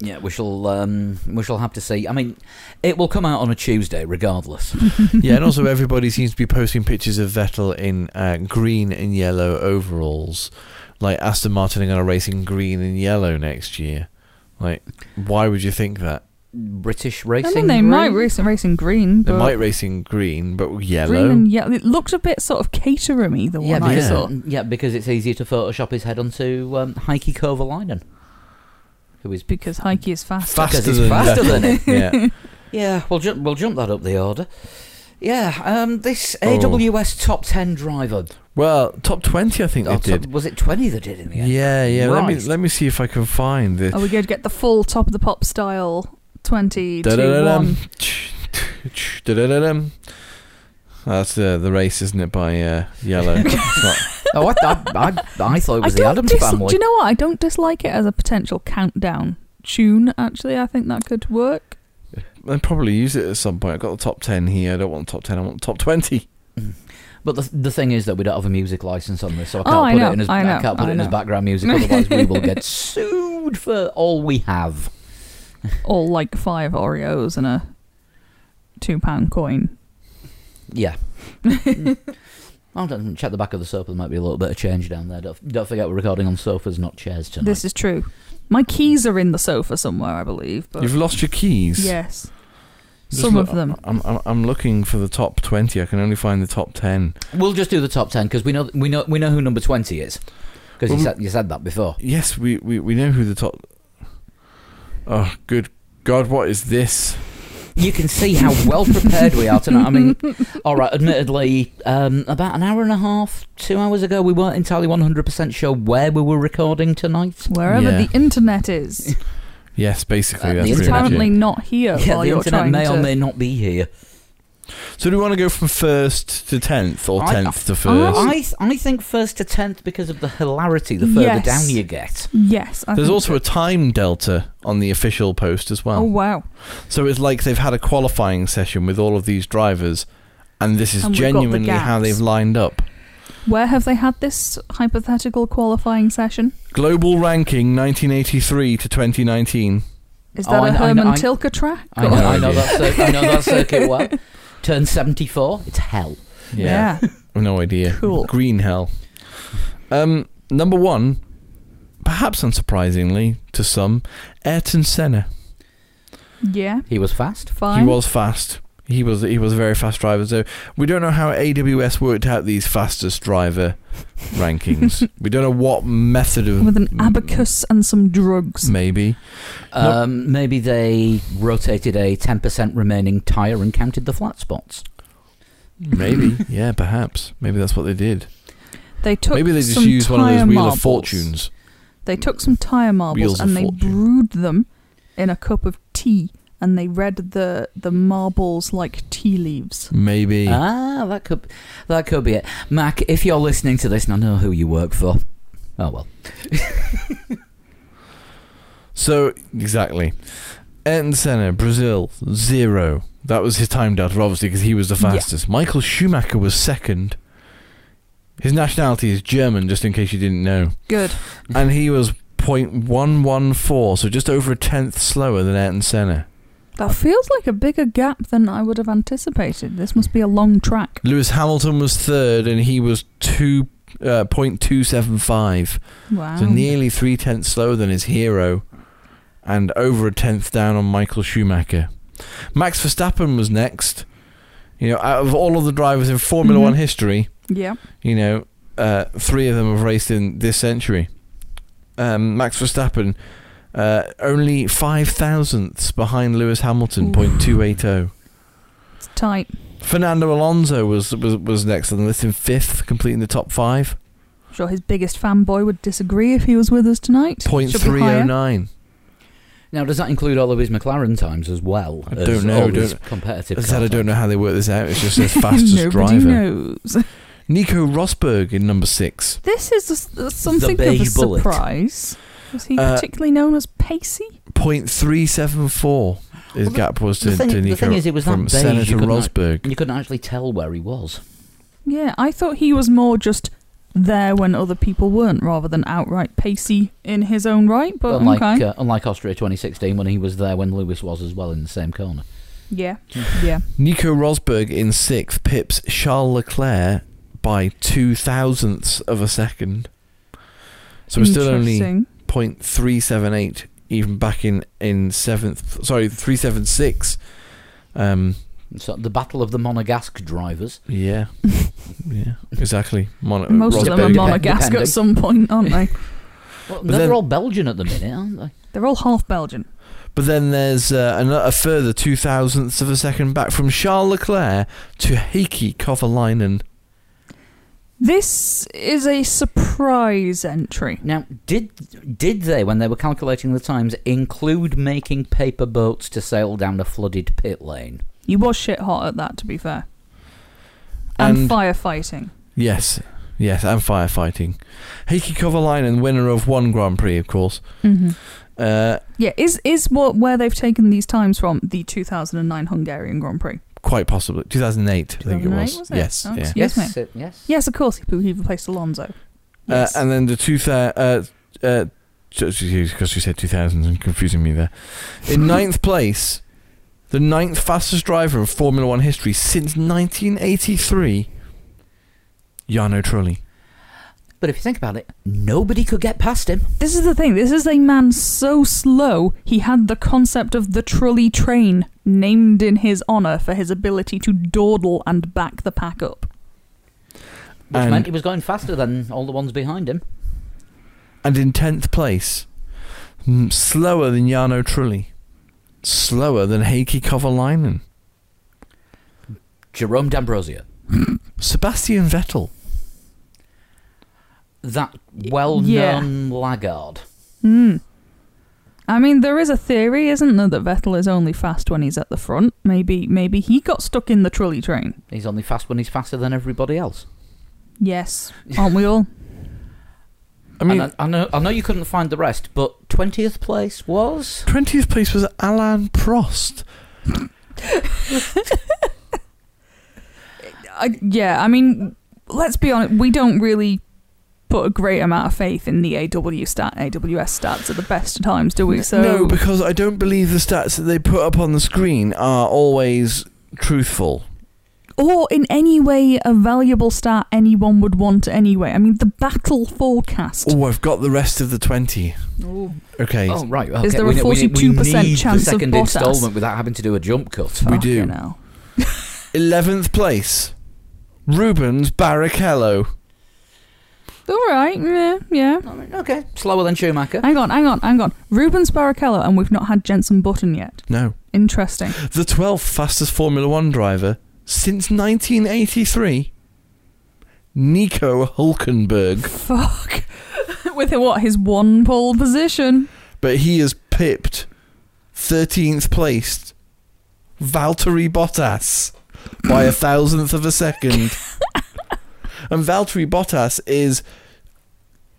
Speaker 1: Yeah, we shall um, we shall have to see. I mean, it will come out on a Tuesday, regardless.
Speaker 3: yeah, and also everybody seems to be posting pictures of Vettel in uh, green and yellow overalls, like Aston Martin are going to race in green and yellow next year. Like, why would you think that
Speaker 1: British
Speaker 2: I
Speaker 1: racing.
Speaker 2: mean, they
Speaker 1: green?
Speaker 2: might race racing green,
Speaker 3: they
Speaker 2: but
Speaker 3: might race in green but yellow?
Speaker 2: green and yellow. It looked a bit sort of caterumy. The
Speaker 1: Yeah,
Speaker 2: one I
Speaker 1: because,
Speaker 2: saw.
Speaker 1: yeah, because it's easier to Photoshop his head onto um, Heikki Kovalainen, who is
Speaker 2: Because Heike is fast.
Speaker 3: Faster
Speaker 1: because he's
Speaker 3: than
Speaker 1: faster
Speaker 3: Vettel.
Speaker 1: than it.
Speaker 3: yeah.
Speaker 1: Yeah, we'll jump. We'll jump that up the order. Yeah, um, this
Speaker 2: Oh.
Speaker 1: AWS top ten driver.
Speaker 3: Well, top twenty, I think
Speaker 1: or
Speaker 3: they
Speaker 1: top-
Speaker 3: did.
Speaker 1: was it twenty that did in the end?
Speaker 3: Yeah, yeah. Let me
Speaker 1: Right.
Speaker 3: let me see if I can find the.
Speaker 2: Are we going to get the full top of the pop style 20 to 1?
Speaker 3: Da-da-da-dum. Da-da-da-dum. That's the the race, isn't it? By uh, Yellow. It's not-
Speaker 1: Oh, I, I, I, I thought it was the
Speaker 2: I don't
Speaker 1: Adams
Speaker 2: dis-
Speaker 1: family.
Speaker 2: Do you know what? I don't dislike it as a potential countdown tune, actually. I think that could work.
Speaker 3: I'll probably use it at some point. I've got the top ten here. I don't want the top ten. I want the top twenty.
Speaker 1: But the, the thing is that we don't have a music license on this, so I can't
Speaker 2: Oh, I
Speaker 1: put
Speaker 2: know,
Speaker 1: it in as
Speaker 2: I know,
Speaker 1: can't put
Speaker 2: I
Speaker 1: it in as
Speaker 2: know.
Speaker 1: background music. Otherwise, we will get sued for all we have.
Speaker 2: Or like five Oreos and a £2 coin.
Speaker 1: Yeah. I'll just check the back of the sofa. There might be a little bit of change down there. Don't, don't forget we're recording on sofas, not chairs tonight.
Speaker 2: This is true. My keys are in the sofa somewhere, I believe. But
Speaker 3: You've lost your keys.
Speaker 2: Yes.
Speaker 3: Just
Speaker 2: Some
Speaker 3: look-
Speaker 2: of them.
Speaker 3: I'm, I'm I'm looking for the top twenty. I can only find the top ten.
Speaker 1: We'll just do the top ten because we know we know we know who number twenty is because you
Speaker 3: Well,
Speaker 1: said you said that before.
Speaker 3: Yes, we, we, we know who the top. Oh, good God! What is this?
Speaker 1: You can see how well prepared we are tonight. I mean, all right. Admittedly, um, about an hour and a half, two hours ago, we weren't entirely one hundred percent sure where we were recording tonight.
Speaker 2: Wherever
Speaker 3: Yeah.
Speaker 2: the internet is,
Speaker 3: Yes, basically
Speaker 1: Uh,
Speaker 3: that's
Speaker 1: the
Speaker 3: pretty much
Speaker 2: apparently
Speaker 3: it.
Speaker 2: not here
Speaker 1: Yeah,
Speaker 2: while
Speaker 1: the
Speaker 2: you're
Speaker 1: internet
Speaker 2: trying
Speaker 1: may
Speaker 2: to.
Speaker 1: or may not be here.
Speaker 3: So do we want to go from first to tenth or
Speaker 1: I-
Speaker 3: tenth to first?
Speaker 1: I th- I think first to tenth because of the hilarity. The further
Speaker 2: Yes.
Speaker 1: down you get,
Speaker 2: Yes. I
Speaker 3: There's
Speaker 2: think
Speaker 3: also
Speaker 2: so.
Speaker 3: a time delta on the official post as well.
Speaker 2: Oh wow!
Speaker 3: So it's like they've had a qualifying session with all of these drivers, and this is
Speaker 2: And we've got the
Speaker 3: genuinely how
Speaker 2: gaps.
Speaker 3: they've lined up.
Speaker 2: Where have they had this hypothetical qualifying session?
Speaker 3: Global ranking 1983 to 2019.
Speaker 2: Is
Speaker 1: Oh,
Speaker 2: that
Speaker 1: I
Speaker 2: a
Speaker 1: kn- I
Speaker 2: Herman
Speaker 1: kn- I-
Speaker 2: Tilke track?
Speaker 1: I
Speaker 2: or-
Speaker 1: know,
Speaker 3: Good
Speaker 1: I know
Speaker 3: idea.
Speaker 1: that cir- I know that circuit well. Turn seventy four, it's hell.
Speaker 2: Yeah.
Speaker 3: I've No idea.
Speaker 2: Cool.
Speaker 3: Green hell. Um, number one, perhaps unsurprisingly to some, Ayrton Senna.
Speaker 2: yeah.
Speaker 1: He was fast.
Speaker 2: Fine.
Speaker 3: He was fast. He was he was a very fast driver. So we don't know how AWS worked out these fastest driver rankings. we don't know what method of
Speaker 2: with an abacus and some drugs.
Speaker 3: Maybe
Speaker 1: Um, Maybe they rotated a ten percent remaining tire and counted the flat spots.
Speaker 3: Maybe, yeah, perhaps. Maybe that's what they did.
Speaker 2: They took
Speaker 3: Maybe they just
Speaker 2: some
Speaker 3: used one of those
Speaker 2: tyre
Speaker 3: Wheel
Speaker 2: marbles.
Speaker 3: of Fortunes.
Speaker 2: They took some tire marbles
Speaker 3: Wheels of
Speaker 2: and they
Speaker 3: Fortune.
Speaker 2: brewed them in a cup of tea, and they read the the marbles like tea leaves.
Speaker 3: Maybe.
Speaker 1: Ah, that could that could be it. Mac, if you're listening to this, and I know who you work for. Oh well.
Speaker 3: So exactly. Ayrton Senna, Brazil, zero. That was his time data, obviously, because he was the
Speaker 2: Yeah.
Speaker 3: fastest. Michael Schumacher was second. His nationality is German, just in case you didn't know.
Speaker 2: Good.
Speaker 3: and he was 0.114, so just over a tenth slower than Ayrton Senna.
Speaker 2: That feels like a bigger gap than I would have anticipated. This must be a long track.
Speaker 3: Lewis Hamilton was third, and he was two uh, 0.275,
Speaker 2: Wow.
Speaker 3: so nearly three tenths slower than his hero, and over a tenth down on Michael Schumacher. Max Verstappen was next. You know, out of all of the drivers in Formula
Speaker 2: Mhm.
Speaker 3: One history,
Speaker 2: yeah.
Speaker 3: you know, uh, three of them have raced in this century. Um, Max Verstappen, uh, only five thousandths behind Lewis Hamilton,
Speaker 2: Oof.
Speaker 3: point two eight zero.
Speaker 2: It's tight.
Speaker 3: Fernando Alonso was was was next on the list in fifth, completing the top five,
Speaker 2: I'm sure his biggest fanboy would disagree if he was with us tonight.
Speaker 3: point
Speaker 2: Should be
Speaker 3: three
Speaker 2: higher.
Speaker 3: oh nine.
Speaker 1: Now, does that include all of his McLaren times as well?
Speaker 3: I
Speaker 1: as
Speaker 3: don't know,
Speaker 1: all his
Speaker 3: don't-
Speaker 1: competitive.
Speaker 3: As I said, I
Speaker 1: car
Speaker 3: don't
Speaker 1: times?
Speaker 3: know how they work this out. It's just his fastest
Speaker 2: Nobody
Speaker 3: driver.
Speaker 2: knows.
Speaker 3: Nico Rosberg in number six.
Speaker 2: This is a, a- something of a
Speaker 1: beige bullet.
Speaker 2: surprise. Was he
Speaker 3: Uh,
Speaker 2: particularly known as Pacey?
Speaker 3: Point three seven four. His
Speaker 1: Well, the-
Speaker 3: gap was to,
Speaker 1: the thing-
Speaker 3: to
Speaker 1: the
Speaker 3: Nico
Speaker 1: thing is, it was that
Speaker 3: from
Speaker 1: beige,
Speaker 3: Senna
Speaker 1: you
Speaker 3: to
Speaker 1: couldn't-
Speaker 3: Rosberg.
Speaker 1: You couldn't actually tell where he was.
Speaker 2: Yeah, I thought he was more just there when other people weren't, rather than outright Pacey in his own right. But
Speaker 1: unlike
Speaker 2: okay,
Speaker 1: uh, unlike Austria 2016, when he was there when Lewis was as well in the same corner.
Speaker 2: yeah, yeah.
Speaker 3: Nico Rosberg in sixth pips Charles Leclerc by two thousandths of a second. So we're still only
Speaker 2: Interesting.
Speaker 3: 0.378 even back in, in seventh. Sorry, 376. Um,
Speaker 1: So the battle of the Monegasque drivers.
Speaker 3: yeah. yeah, exactly. Mon-
Speaker 2: Most of them are
Speaker 1: Rosberg,
Speaker 2: Monegasque
Speaker 1: depending.
Speaker 2: at some point, aren't they?
Speaker 1: Well,
Speaker 3: then-
Speaker 1: they're all Belgian at the minute, aren't they?
Speaker 2: They're all half Belgian.
Speaker 3: But then there's uh, an- a further two thousandths of a second back from Charles Leclerc to Heikki Kovalainen.
Speaker 2: This is a surprise entry.
Speaker 1: Now, did did they, when they were calculating the times, include making paper boats to sail down a flooded pit lane?
Speaker 2: You was shit hot at that, to be fair. And,
Speaker 3: And-
Speaker 2: firefighting.
Speaker 3: Yes, yes, and firefighting. Heikki Kovalainen, winner of one Grand Prix, of course.
Speaker 2: Mm-hmm.
Speaker 3: Uh,
Speaker 2: Yeah, is is what where they've taken these times from the 2009 Hungarian Grand Prix?
Speaker 3: quite possibly 2008, I think it
Speaker 2: 2008,
Speaker 3: was.
Speaker 2: was it?
Speaker 3: Yes,
Speaker 2: Oh,
Speaker 3: yeah.
Speaker 2: Yes, ma'am.
Speaker 1: it- yes.
Speaker 2: Yes, of course. He, he replaced Alonso. Yes.
Speaker 3: Uh, and then the two thousand. Uh, uh, because you said 2000 and confusing me there. In ninth place, the ninth fastest driver of Formula One history since 1983, Jarno Trulli.
Speaker 1: But if you think about it, nobody could get past him.
Speaker 2: This is the thing. This is a man so slow, he had the concept of the trolley train named in his honour for his ability to dawdle and back the pack up.
Speaker 1: Which
Speaker 3: And-
Speaker 1: meant he was going faster than all the ones behind him.
Speaker 3: And in 10th place, mm, slower than Jarno Trulli, slower than Heikki Kovalainen,
Speaker 1: Jerome D'Ambrosio.
Speaker 3: Sebastian Vettel.
Speaker 1: That well known laggard.
Speaker 2: Hmm. I mean, there is a theory, isn't there, that Vettel is only fast when he's at the front. Maybe, maybe he got stuck in the trolley train.
Speaker 1: He's only fast when he's faster than everybody else.
Speaker 2: Yes, aren't we all?
Speaker 3: I mean,
Speaker 1: and I, I know I know you couldn't find the rest, but twentieth place was
Speaker 3: 20th place was Alan Prost.
Speaker 2: I, yeah, I mean, let's be honest. We don't really put a great amount of faith in the AW stat, AWS stats at the best of times, do we? So
Speaker 3: no, because I don't believe the stats that they put up on the screen are always truthful.
Speaker 2: or in any way a valuable stat anyone would want anyway. I mean, the battle forecast.
Speaker 3: Oh, I've got the rest of the 20. Okay.
Speaker 1: Oh right, okay.
Speaker 2: Is there a
Speaker 1: we ne- we ne- we
Speaker 2: 42%
Speaker 1: need the
Speaker 2: chance of
Speaker 1: second
Speaker 2: Bottas?
Speaker 1: instalment without having to do a jump cut?
Speaker 3: we do.
Speaker 2: Fucking hell.
Speaker 3: 11th place, Rubens Barrichello.
Speaker 2: All right, yeah, yeah.
Speaker 1: I mean, okay, slower than Schumacher.
Speaker 2: Hang on, hang on, hang on. Rubens Barrichello, and we've not had Jensen Button yet.
Speaker 3: No.
Speaker 2: Interesting.
Speaker 3: The 12th fastest Formula One driver since 1983, Nico Hulkenberg.
Speaker 2: Fuck. With what his one pole position?
Speaker 3: But he has pipped 13th placed Valtteri Bottas by a thousandth of a second. and Valtteri Bottas is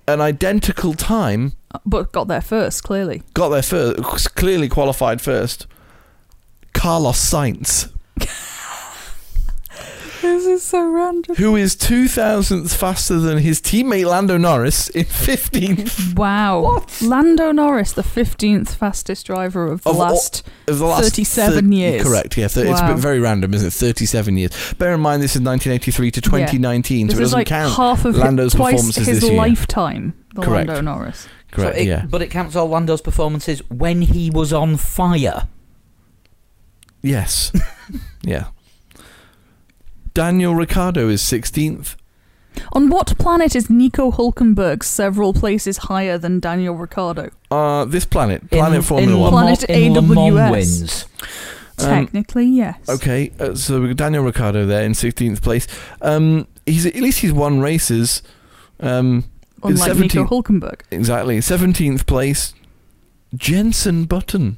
Speaker 3: an identical time,
Speaker 2: But got there first, clearly.
Speaker 3: got there first, clearly qualified first. Carlos Sainz.
Speaker 2: This is so random.
Speaker 3: who is two thousandths faster than his teammate Lando Norris in 15th
Speaker 2: Wow. What? Lando Norris, the fifteenth fastest driver of the
Speaker 3: Of all-
Speaker 2: last.
Speaker 3: of the last
Speaker 2: 37
Speaker 3: thir-
Speaker 2: years.
Speaker 3: Correct, yeah. Th- It's
Speaker 2: Wow.
Speaker 3: a bit very random, isn't it? 37 years. Bear in mind, this is 1983 to 2019,
Speaker 2: this
Speaker 3: so it
Speaker 2: is
Speaker 3: doesn't
Speaker 2: like
Speaker 3: count.
Speaker 2: half of hi-
Speaker 3: Lando's
Speaker 2: twice
Speaker 3: performances
Speaker 2: his
Speaker 3: this year.
Speaker 2: lifetime. The
Speaker 3: Correct.
Speaker 2: Lando Norris.
Speaker 3: Correct,
Speaker 1: So it-
Speaker 3: yeah.
Speaker 1: But it counts Orlando's performances when he was on fire.
Speaker 3: Yes. yeah. Daniel Ricciardo is 16th.
Speaker 2: On what planet is Nico Hulkenberg several places higher than Daniel Ricciardo?
Speaker 3: Uh, this planet,
Speaker 1: In-
Speaker 3: Planet Formula
Speaker 1: in Le
Speaker 3: 1.
Speaker 2: Planet
Speaker 1: Mans- in Le Mans
Speaker 2: AWS.
Speaker 1: wins.
Speaker 3: Um,
Speaker 2: Technically, yes.
Speaker 3: Okay, uh, so we've got Daniel Ricciardo there in 16th place. Um, he's At least he's won races. Um,
Speaker 2: Unlike Nico
Speaker 3: 17
Speaker 2: Hulkenberg.
Speaker 3: Exactly. 17th place, Jensen Button.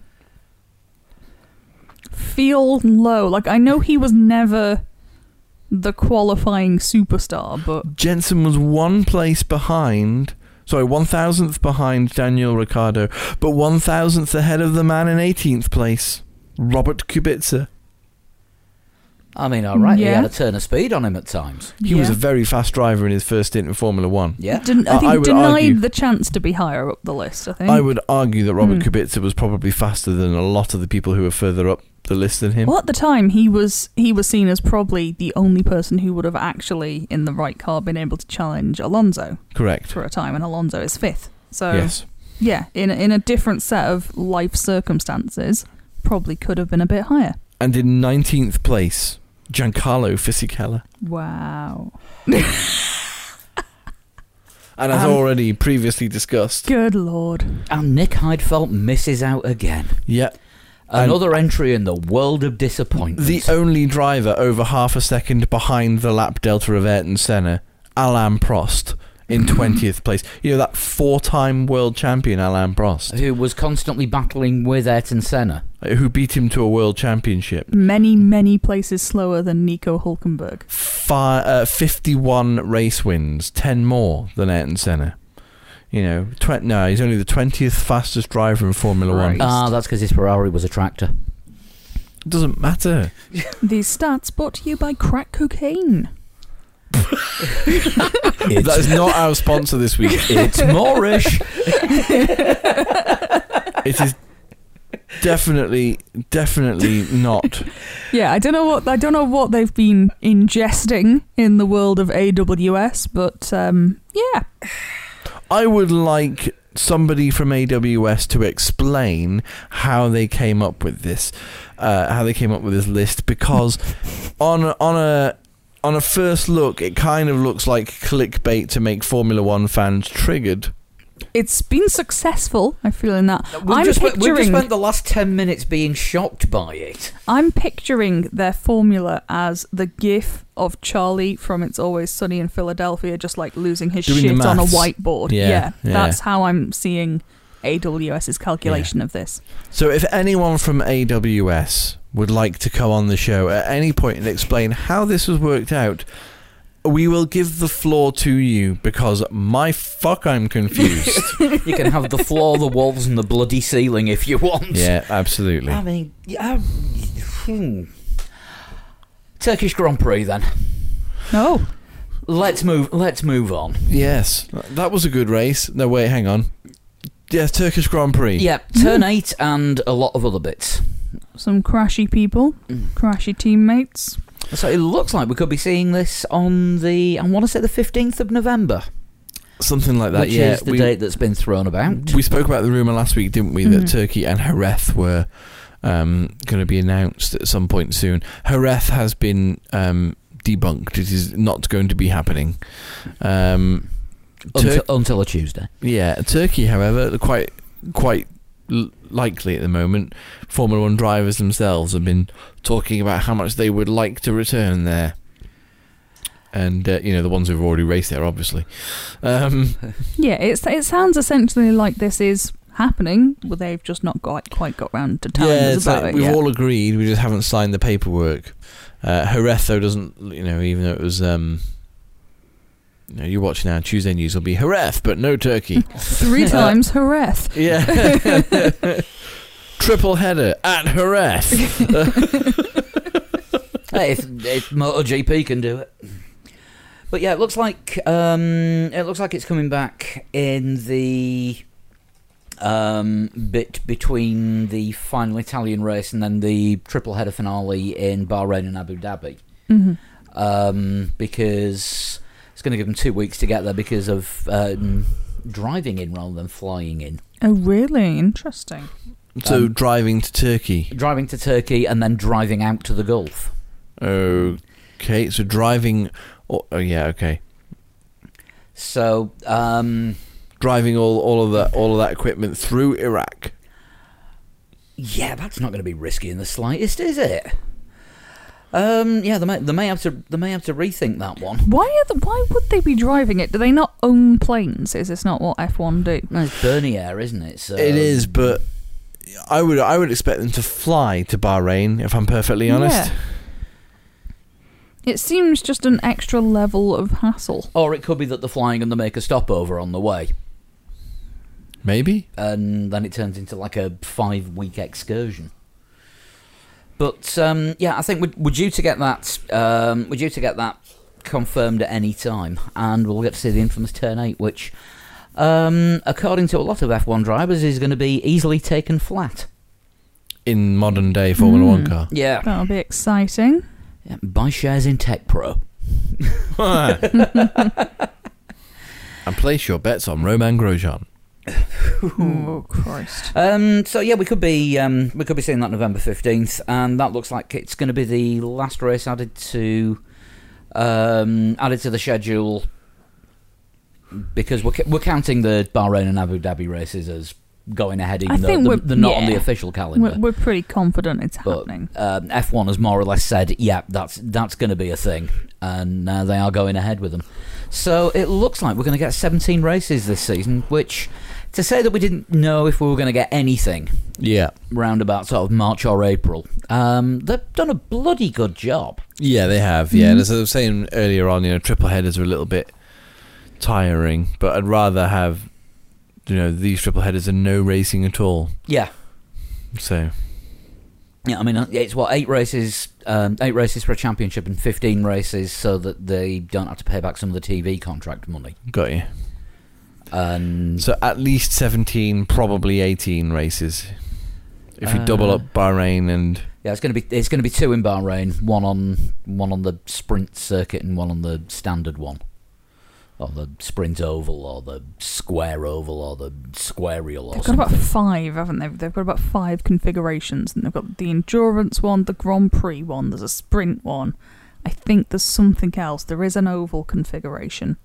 Speaker 2: Feel low. Like I know he was never the qualifying superstar, but
Speaker 3: Jensen was one place behind, sorry, one thousandth behind Daniel Ricciardo, but one thousandth ahead of the man in 18th place, Robert Kubica.
Speaker 1: I mean, all right, he
Speaker 2: Yeah.
Speaker 1: had a turn of speed on him at times.
Speaker 3: He was a
Speaker 2: yeah.
Speaker 3: very fast driver in his first stint in Formula One.
Speaker 1: Yeah.
Speaker 2: Didn't,
Speaker 3: I-
Speaker 2: I think
Speaker 3: I would
Speaker 2: denied
Speaker 3: argue-
Speaker 2: the chance to be higher up the list. I think.
Speaker 3: I would argue that Robert
Speaker 2: Hmm.
Speaker 3: Kubica was probably faster than a lot of the people who were further up the list than him.
Speaker 2: Well, at the time, he was he was seen as probably the only person who would have actually, in the right car, been able to challenge Alonso
Speaker 3: Correct.
Speaker 2: for a time, and Alonso is fifth. So
Speaker 3: Yes.
Speaker 2: yeah, in a, in a different set of life circumstances, probably could have been a bit higher.
Speaker 3: And in 19th place, Giancarlo Fisichella.
Speaker 2: Wow.
Speaker 3: and as
Speaker 1: Um,
Speaker 3: already previously discussed.
Speaker 2: Good lord.
Speaker 1: And Nick Heidfeld misses out again.
Speaker 3: Yeah, And-
Speaker 1: Another entry in the world of disappointment.
Speaker 3: the only driver over half a second behind the lap delta of Ayrton Senna, Alain Prost, in 20th place. You know, that four time world champion, Alain Prost,
Speaker 1: who was constantly battling with Ayrton Senna.
Speaker 3: who beat him to a world championship.
Speaker 2: Many, many places slower than Nico Hulkenberg.
Speaker 3: Fi uh, 51 race wins, 10 more than Ayrton Senna. You know, tw- no, he's only the 20th fastest driver in Formula
Speaker 2: Christ.
Speaker 3: One.
Speaker 1: Ah, that's because his Ferrari was a tractor.
Speaker 3: Doesn't matter.
Speaker 2: These stats brought to you by crack cocaine.
Speaker 3: That is not our sponsor this week.
Speaker 1: it's Moorish.
Speaker 3: It is definitely, definitely not.
Speaker 2: Yeah, I don't know what I don't know what they've been ingesting in the world of AWS, but um, yeah,
Speaker 3: I would like somebody from AWS to explain how they came up with this, uh, how they came up with this list, because on on a on a first look, it kind of looks like clickbait to make Formula One fans triggered.
Speaker 2: it's been successful. I feel in that. I'm
Speaker 1: we've just
Speaker 2: picturing
Speaker 1: spent the last 10 minutes being shocked by it.
Speaker 2: I'm picturing their formula as the GIF of Charlie from It's Always Sunny in Philadelphia, just like losing his
Speaker 3: Doing the
Speaker 2: shit on a
Speaker 3: maths.
Speaker 2: whiteboard.
Speaker 3: Yeah, yeah.
Speaker 2: that's how I'm seeing AWS's calculation of this.
Speaker 3: So, if anyone from AWS would like to come on the show at any point and explain how this was worked out. We will give the floor to you because my fuck, I'm confused.
Speaker 1: You can have the floor, the walls, and the bloody ceiling if you want.
Speaker 3: yeah, absolutely.
Speaker 1: I mean, yeah, hmm. Turkish Grand Prix then.
Speaker 2: No,
Speaker 1: Let's move. Let's move on.
Speaker 3: Yes, that was a good race. No, wait, hang on. Yes, Turkish Grand Prix.
Speaker 1: Yeah, turn eight and a lot of other bits.
Speaker 2: some crashy people,
Speaker 1: Mm.
Speaker 2: crashy teammates.
Speaker 1: So it looks like we could be seeing this on the. I want to say the fifteenth of November,
Speaker 3: something like that.
Speaker 1: which
Speaker 3: yeah,
Speaker 1: is the
Speaker 3: we,
Speaker 1: date that's been thrown about. Mm.
Speaker 3: we spoke about the rumor last week, didn't we? That
Speaker 2: Mhm.
Speaker 3: Turkey and Hareth were um, going to be announced at some point soon. Hareth has been um, debunked. It is not going to be happening. Um,
Speaker 1: until,
Speaker 3: Tur-
Speaker 1: until a Tuesday.
Speaker 3: Yeah, Turkey, however, quite quite l- likely at the moment. Formula One drivers themselves have been talking about how much they would like to return there, and uh, you know the ones who've already raced there, obviously. Um,
Speaker 2: Yeah, it's it sounds essentially like this is happening. Well, they've just not got quite got round to telling
Speaker 3: yeah,
Speaker 2: us
Speaker 3: it's
Speaker 2: about
Speaker 3: like
Speaker 2: it.
Speaker 3: we've
Speaker 2: yet.
Speaker 3: all agreed. We just haven't signed the paperwork. Uh, Jerez, though, doesn't you know? Even though it was. Um, you know, you're watching our Tuesday news will be Jerez, but no Turkey.
Speaker 2: Three times Hareth.
Speaker 3: yeah. Triple header at Jerez.
Speaker 1: Hey, if, if MotoGP can do it. But yeah, it looks like um, it looks like it's coming back in the um, bit between the final Italian race and then the triple header finale in Bahrain and Abu Dhabi.
Speaker 2: hmm
Speaker 1: um, because it's going to give them two weeks to get there because of um, driving in rather than flying in.
Speaker 2: Oh, really? Interesting.
Speaker 3: So
Speaker 1: Um,
Speaker 3: driving to Turkey.
Speaker 1: Driving to Turkey and then driving out to the Gulf.
Speaker 3: Okay, so driving. Oh, oh yeah, okay.
Speaker 1: So um,
Speaker 3: Driving all, all of that all of that equipment through Iraq.
Speaker 1: yeah, that's not going to be risky in the slightest, is it? Um, yeah, they may, they may have to they may have to rethink that one.
Speaker 2: Why are the, why would they be driving it? Do they not own planes? Is this not what F1 do?
Speaker 1: No, it's Bernie Air, isn't it? So
Speaker 3: it is, but I would I would expect them to fly to Bahrain. If I'm perfectly honest.
Speaker 2: It seems just an extra level of hassle.
Speaker 1: Or it could be that they're flying and they make a stopover on the way,
Speaker 3: Maybe.
Speaker 1: and then it turns into like a five week excursion. But um, yeah, I think we're, we're due to get that. Um, we're due to get that confirmed at any time, and we'll get to see the infamous turn eight, which, um, according to a lot of F1 drivers, is going to be easily taken flat.
Speaker 3: In modern day Formula One
Speaker 2: Mm.
Speaker 3: car.
Speaker 1: Yeah.
Speaker 2: That'll be exciting.
Speaker 1: buy shares in Tech Pro.
Speaker 3: and place your bets on Roman Grosjean.
Speaker 2: Oh Christ!
Speaker 1: Um, so yeah, we could be um, we could be seeing that November fifteenth, and that looks like it's going to be the last race added to um, added to the schedule because we're, ca- we're counting the Bahrain and Abu Dhabi races as going ahead, even
Speaker 2: I think
Speaker 1: though
Speaker 2: we're-
Speaker 1: they're, they're not on the
Speaker 2: yeah.
Speaker 1: official calendar.
Speaker 2: We're, we're pretty confident it's
Speaker 1: But-
Speaker 2: happening.
Speaker 1: um, F1 has more or less said, yeah, that's that's going to be a thing, and uh, they are going ahead with them. So it looks like we're going to get 17 races this season, which to say that we didn't know if we were going to get anything
Speaker 3: Yeah.
Speaker 1: round about sort of March or April, um, they've done a bloody good job.
Speaker 3: Yeah, they have.
Speaker 1: Hmm.
Speaker 3: Yeah, and as I was saying earlier on, you know, triple headers are a little bit tiring, but I'd rather have you know these triple headers and no racing at all.
Speaker 1: Yeah,
Speaker 3: So
Speaker 1: yeah. I mean, uh, it's what eight races, um, eight races for a championship, and 15 races so that they don't have to pay back some of the TV contract money.
Speaker 3: got you.
Speaker 1: And
Speaker 3: So at least seventeen, probably eighteen races. If you double
Speaker 1: Uh,
Speaker 3: up Bahrain and
Speaker 1: Yeah, it's gonna be it's gonna be two in Bahrain, one on one on the sprint circuit and one on the standard one, or the sprint oval, or the square oval, or the squareal. Or
Speaker 2: They've got
Speaker 1: something.
Speaker 2: about five, haven't they? They've got about five configurations, and they've got the endurance one, the Grand Prix one, there's a sprint one. I think there's something else. There is an oval configuration.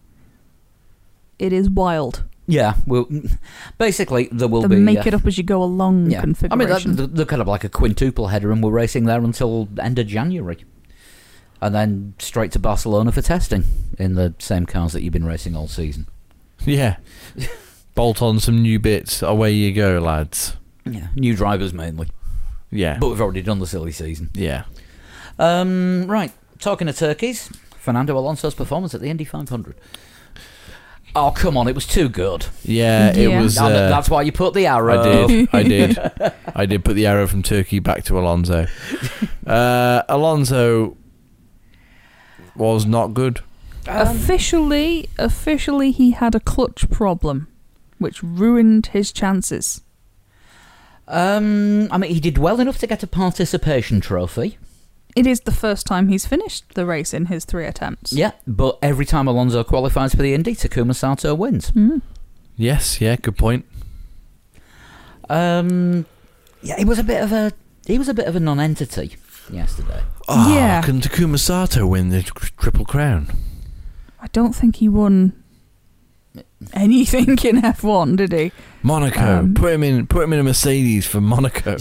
Speaker 2: It is wild.
Speaker 1: yeah, well, basically there will
Speaker 2: The
Speaker 1: be.
Speaker 2: make
Speaker 1: uh,
Speaker 2: it up as you go along
Speaker 1: yeah, I mean
Speaker 2: configuration.
Speaker 1: that, they're they're kind of like a quintuple header, and we're racing there until end of January, and then straight to Barcelona for testing in the same cars that you've been racing all season.
Speaker 3: yeah, bolt on some new bits. Away you go, lads.
Speaker 1: Yeah, new drivers mainly,
Speaker 3: Yeah,
Speaker 1: but we've already done the silly season.
Speaker 3: yeah.
Speaker 1: Um, right, talking of turkeys, Fernando Alonso's performance at the Indy 500. Oh, come on, it was too good.
Speaker 3: Yeah, it
Speaker 2: Yeah.
Speaker 3: was.
Speaker 1: I know,
Speaker 3: Uh,
Speaker 1: that's why you put the arrow.
Speaker 3: I did. I did. I did put the arrow from Turkey back to Alonso. Uh, Alonso was not good.
Speaker 1: Um,
Speaker 2: officially, officially, he had a clutch problem, which ruined his chances.
Speaker 1: um, I mean, he did well enough to get a participation trophy.
Speaker 2: It is the first time he's finished the race in his three attempts.
Speaker 1: Yeah, but every time Alonso qualifies for the Indy, Takuma Sato wins.
Speaker 2: Mm.
Speaker 3: Yes, yeah, good point.
Speaker 1: Um, yeah, he was a bit of a he was a bit of a non-entity yesterday.
Speaker 3: Ah,
Speaker 2: Yeah.
Speaker 3: Can Takuma Sato win the tr- Triple Crown?
Speaker 2: I don't think he won anything in F1, did he?
Speaker 3: Monaco.
Speaker 2: Um,
Speaker 3: put him in. Put him in a Mercedes for Monaco.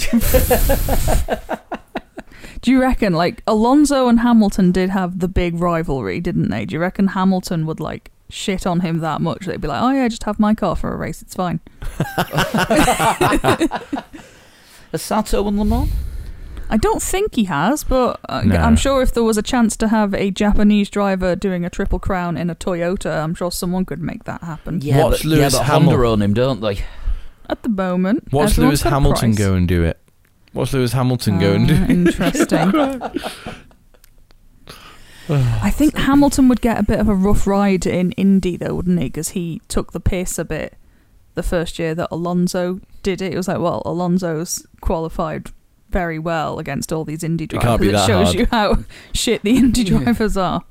Speaker 2: Do you reckon, like, Alonso and Hamilton did have the big rivalry, didn't they? Do you reckon Hamilton would, like, shit on him that much? They'd be like, oh, yeah, just have my car for a race, it's fine.
Speaker 1: Has Sato won Le Mans?
Speaker 2: I don't think he has, but uh,
Speaker 3: No.
Speaker 2: I'm sure if there was a chance to have a Japanese driver doing a triple crown in a Toyota, I'm sure someone could make that happen.
Speaker 1: Yeah,
Speaker 3: Watch
Speaker 1: but,
Speaker 3: Lewis
Speaker 1: yeah, but
Speaker 3: Hamilton.
Speaker 1: Honda own him, don't they?
Speaker 2: At the moment,
Speaker 3: Watch
Speaker 2: everyone's
Speaker 3: Lewis
Speaker 2: got a
Speaker 3: Hamilton
Speaker 2: price.
Speaker 3: go and do it. Watch Lewis Hamilton go and do
Speaker 2: Ah,
Speaker 3: it.
Speaker 2: Interesting. I think Hamilton would get a bit of a rough ride in Indy, though, wouldn't he? Because he took the piss a bit the first year that Alonso did it. It was like, well, Alonso's qualified very well against all these Indy
Speaker 3: can't
Speaker 2: drivers.
Speaker 3: be that
Speaker 2: it shows
Speaker 3: hard.
Speaker 2: you how shit the Indy
Speaker 1: Yeah.
Speaker 2: drivers are.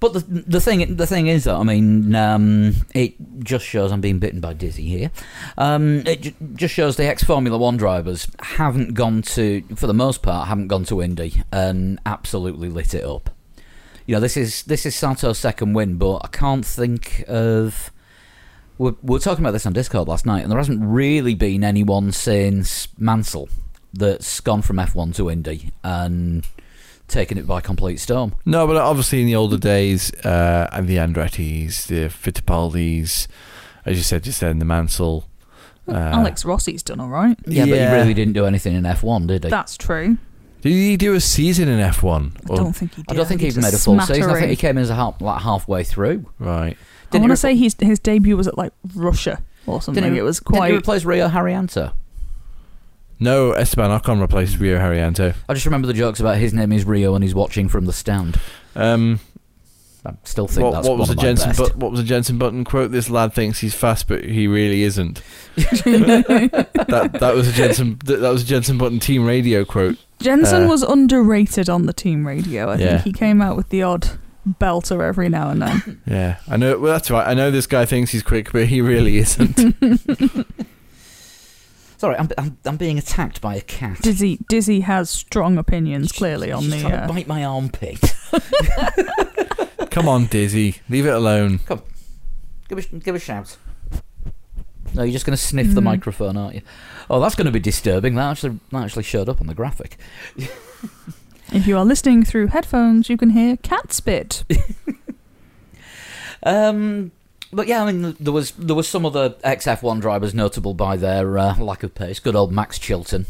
Speaker 1: But the the thing the thing is that I mean um, it just shows I'm being bitten by dizzy here. Um, it ju- just shows the ex Formula One drivers haven't gone to for the most part haven't gone to Indy and absolutely lit it up. You know this is this is Sato's second win, but I can't think of. We're, we're talking about this on Discord last night, and there hasn't really been anyone since Mansell that's gone from F1 to Indy and taken it by complete storm.
Speaker 3: No, but obviously in the older days, uh, and the Andretti's, the Fittipaldis, as you said just then, the Mansell.
Speaker 1: Oh,
Speaker 3: Uh,
Speaker 2: Alex Rossi's done all right.
Speaker 1: Yeah, but he really didn't do anything in F1, did he?
Speaker 2: That's true.
Speaker 3: Did he do a season in F1?
Speaker 2: I don't think he did.
Speaker 1: I don't think he
Speaker 2: he
Speaker 1: even
Speaker 2: did
Speaker 1: made a full season. I
Speaker 2: smattering.
Speaker 1: think he came in as a half, like halfway through.
Speaker 3: Oh, right.
Speaker 2: I
Speaker 1: Didn't
Speaker 2: want
Speaker 1: he
Speaker 2: to say his his debut was at like Russia or something.
Speaker 1: he-
Speaker 2: it was
Speaker 1: Did he
Speaker 2: quite.
Speaker 1: replace Rio Harianto?
Speaker 3: No, Esteban Ocon replaced Rio Harianto.
Speaker 1: I just remember the jokes about his name is Rio and he's watching from the stand.
Speaker 3: Um,
Speaker 1: I still think
Speaker 3: what,
Speaker 1: that's
Speaker 3: what was
Speaker 1: one
Speaker 3: the
Speaker 1: of my
Speaker 3: Jensen?
Speaker 1: best.
Speaker 3: But, what was the Jensen Button quote? This lad thinks he's fast, but he really isn't. That that was a Jensen. That that was a Jensen Button team radio quote.
Speaker 2: Jensen
Speaker 3: Uh,
Speaker 2: was underrated on the team radio. I
Speaker 3: Yeah.
Speaker 2: think he came out with the odd belter every now and then.
Speaker 3: Yeah, I know. Well, that's right. I know this guy thinks he's quick, but he really isn't.
Speaker 1: Sorry, I'm, I'm, I'm being attacked by a cat.
Speaker 2: Dizzy Dizzy has strong opinions clearly on
Speaker 1: She's
Speaker 2: the.
Speaker 1: trying to
Speaker 2: Uh,
Speaker 1: bite my armpit.
Speaker 3: Come on, Dizzy, leave it alone.
Speaker 1: Give a, sh- give a shout. No, you're just going to sniff the
Speaker 2: Mhm.
Speaker 1: microphone, aren't you? Oh, that's going to be disturbing. That actually, that actually showed up on the graphic.
Speaker 2: If you are listening through headphones, you can hear cat spit.
Speaker 1: Um, but yeah, I mean, there was there was some other XF1 drivers notable by their uh, lack of pace. Good old Max Chilton,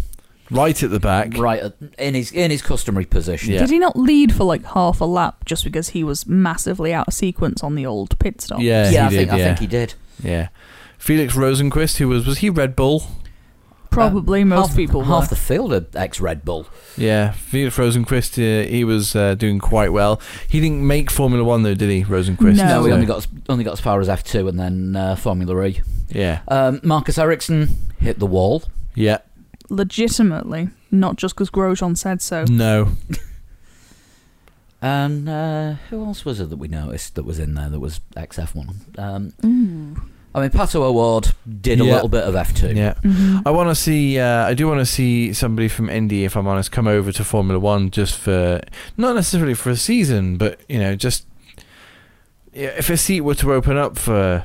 Speaker 3: Right at the back.
Speaker 1: right at, in his in his customary position.
Speaker 3: Yeah.
Speaker 2: Did he not lead for like half a lap just because he was massively out of sequence on the old pit stop?
Speaker 1: Yeah,
Speaker 3: Yeah, he
Speaker 1: I,
Speaker 3: did,
Speaker 1: think, I
Speaker 3: yeah.
Speaker 1: think he did.
Speaker 3: Yeah. Felix Rosenquist, who was was he Red Bull?
Speaker 2: Probably most
Speaker 1: Uh, Um, half,
Speaker 2: people
Speaker 1: half
Speaker 2: were.
Speaker 1: the field are ex Red Bull.
Speaker 3: Yeah, Felix Rosenquist. Uh, he was uh, doing quite well. He didn't make Formula One though, did he? Rosenquist.
Speaker 2: No.
Speaker 1: No,
Speaker 2: Oh,
Speaker 1: we
Speaker 2: yeah.
Speaker 1: only got as, only got as far as F two and then uh, Formula E.
Speaker 3: Yeah,
Speaker 1: Um, Marcus Ericsson hit the wall.
Speaker 3: yeah.
Speaker 2: Legitimately, not just because Grosjean said so.
Speaker 3: No,
Speaker 1: And uh, who else was it that we noticed that was in there that was XF1? Um, I mean, Pato Award did a
Speaker 3: Yeah.
Speaker 1: little bit of F2.
Speaker 3: yeah.
Speaker 2: Mhm.
Speaker 3: I want to see. Uh, I do want to see somebody from Indy, if I'm honest, come over to Formula One just for not necessarily for a season, but you know, just yeah, if a seat were to open up for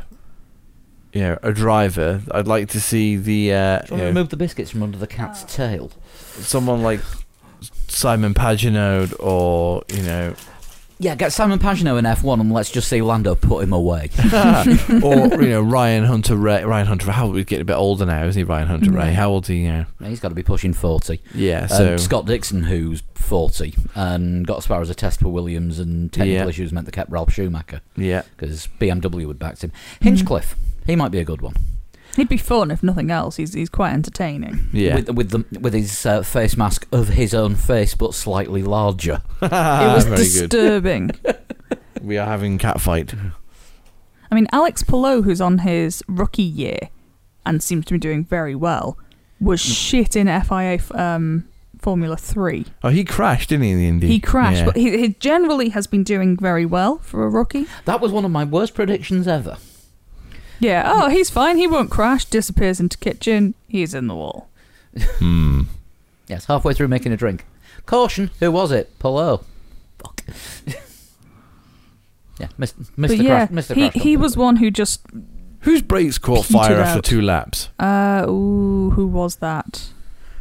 Speaker 3: you know a driver, I'd like to see the uh,
Speaker 1: Do you want
Speaker 3: you
Speaker 1: to
Speaker 3: know,
Speaker 1: remove the biscuits from under the
Speaker 2: Uh,
Speaker 1: cat's tail?
Speaker 3: someone like Simon Pagenaud or you know
Speaker 1: Yeah, get Simon Pagino in F1 and let's just see Lando put him away.
Speaker 3: or you know Ryan Hunter Ray. Ryan Hunter, how we get a bit older now, isn't he? Ryan Hunter Ray.
Speaker 2: Mm.
Speaker 3: How old do you know?
Speaker 1: He's got to be pushing 40.
Speaker 3: Yeah, so
Speaker 1: Um, Scott Dixon, who's 40, and got as far as a test for Williams, and technical
Speaker 3: Yeah.
Speaker 1: issues meant they kept Ralph Schumacher
Speaker 3: yeah,
Speaker 1: because BMW had backed him.
Speaker 2: Mhm.
Speaker 1: Hinchcliffe, he might be a good one.
Speaker 2: He'd be fun if nothing else. He's he's quite entertaining.
Speaker 3: yeah.
Speaker 1: With, with, the, with his uh, face mask of his own face, but slightly larger.
Speaker 2: it was
Speaker 3: Ah, Very good.
Speaker 2: disturbing.
Speaker 3: We are having cat fight.
Speaker 2: I mean, Alex Palou, who's on his rookie year and seems to be doing very well, was
Speaker 1: Mm.
Speaker 2: shit in FIA f- um, Formula 3.
Speaker 3: Oh, he crashed, didn't he, in the Indy?
Speaker 2: He crashed,
Speaker 3: Yeah.
Speaker 2: but he, he generally has been doing very well for a rookie.
Speaker 1: That was one of my worst predictions ever.
Speaker 2: Yeah,
Speaker 1: Mm.
Speaker 2: oh, he's fine. He won't crash. Disappears into kitchen. He's in the wall.
Speaker 3: Hmm.
Speaker 1: Yes, halfway through making a drink. Caution, who was it? Polo. Fuck. yeah, mis- Mr.
Speaker 2: but yeah,
Speaker 1: Crash. Mr.
Speaker 2: he,
Speaker 1: Crash
Speaker 2: he
Speaker 1: Dump.
Speaker 2: was one who just.
Speaker 3: Whose brakes caught
Speaker 2: Petered
Speaker 3: fire after
Speaker 2: out.
Speaker 3: two laps?
Speaker 2: Uh, ooh, who was that?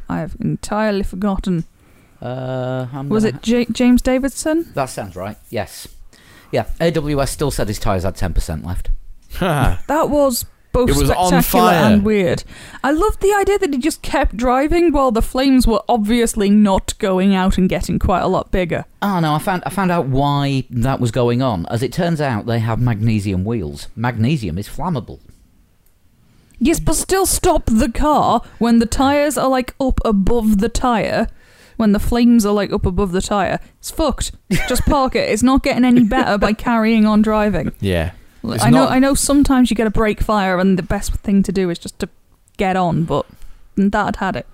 Speaker 2: I have entirely forgotten.
Speaker 1: Uh, I'm
Speaker 2: Was
Speaker 1: gonna-
Speaker 2: it J- James Davidson?
Speaker 1: That sounds right. Yes. Yeah, AWS still said his tyres had 10% left.
Speaker 3: Ha.
Speaker 2: That was both
Speaker 3: It was on
Speaker 2: spectacular
Speaker 3: fire.
Speaker 2: and weird. I loved the idea that he just kept driving while the flames were obviously not going out and getting quite a lot bigger.
Speaker 1: Ah, no, I found I found out why that was going on. As it turns out, they have magnesium wheels. Magnesium is flammable.
Speaker 2: Yes, but still stop the car when the tires are like up above the tire. When the flames are like up above the tire, it's fucked. Just park it. It's not getting any better by carrying on driving.
Speaker 3: yeah.
Speaker 2: L-
Speaker 3: It's
Speaker 2: I know.
Speaker 3: not-
Speaker 2: I know. Sometimes you get a brake fire, and the best thing to do is just to get on. But that had it.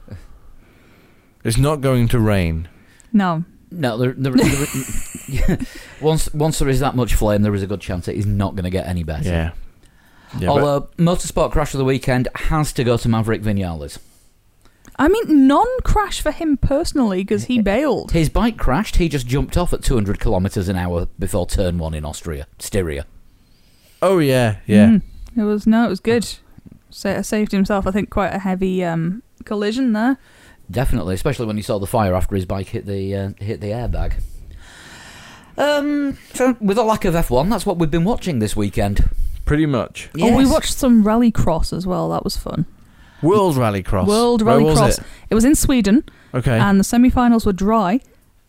Speaker 3: It's not going to rain.
Speaker 2: No,
Speaker 1: No, there, there, there, yeah, once once there is that much flame, there is a good chance it is not going to get any better.
Speaker 3: Yeah.
Speaker 2: Oh,
Speaker 3: Yeah, but-
Speaker 1: Although motorsport crash of the weekend has to go to Maverick Vinales.
Speaker 2: I mean, non-crash for him personally because he bailed.
Speaker 1: His bike crashed. He just jumped off at 200 kilometers an hour before turn one in Austria, Styria.
Speaker 3: oh yeah, yeah.
Speaker 2: Mm. it was no, it was good. Sa- uh, saved himself, I think, quite a heavy um, collision there.
Speaker 1: Definitely, especially when you saw the fire after his bike hit the uh, hit the airbag. Um, so with a lack of F1, that's what we've been watching this weekend.
Speaker 3: Pretty much.
Speaker 2: Oh, we
Speaker 1: Yes.
Speaker 2: watched some rally cross as well. That was fun.
Speaker 3: World Rallycross.
Speaker 2: World
Speaker 3: Where
Speaker 2: rally
Speaker 3: was
Speaker 2: cross.
Speaker 3: it?
Speaker 2: was in Sweden,
Speaker 3: Okay.
Speaker 2: and the semi-finals were dry.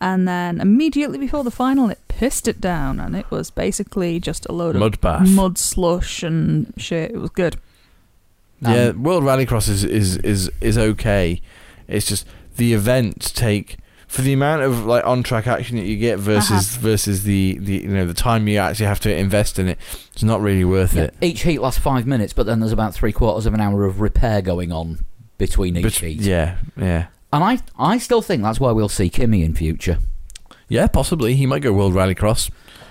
Speaker 2: And then immediately before the final, it pissed it down, and it was basically just a load
Speaker 3: Mud
Speaker 2: of
Speaker 3: bath.
Speaker 2: mud slush and shit. It was good.
Speaker 1: Um,
Speaker 3: yeah, World Rallycross is is is is okay. It's just the events take for the amount of like on track action that you get versus versus the, the you know the time you actually have to invest in it. It's not really worth
Speaker 1: yeah.
Speaker 3: it.
Speaker 1: Each heat lasts five minutes, but then there's about three quarters of an hour of repair going on between each
Speaker 3: But-
Speaker 1: heat.
Speaker 3: yeah, yeah,
Speaker 1: And I, I still think that's why we'll see Kimmy in future.
Speaker 3: yeah. Possibly he might go World Rallycross.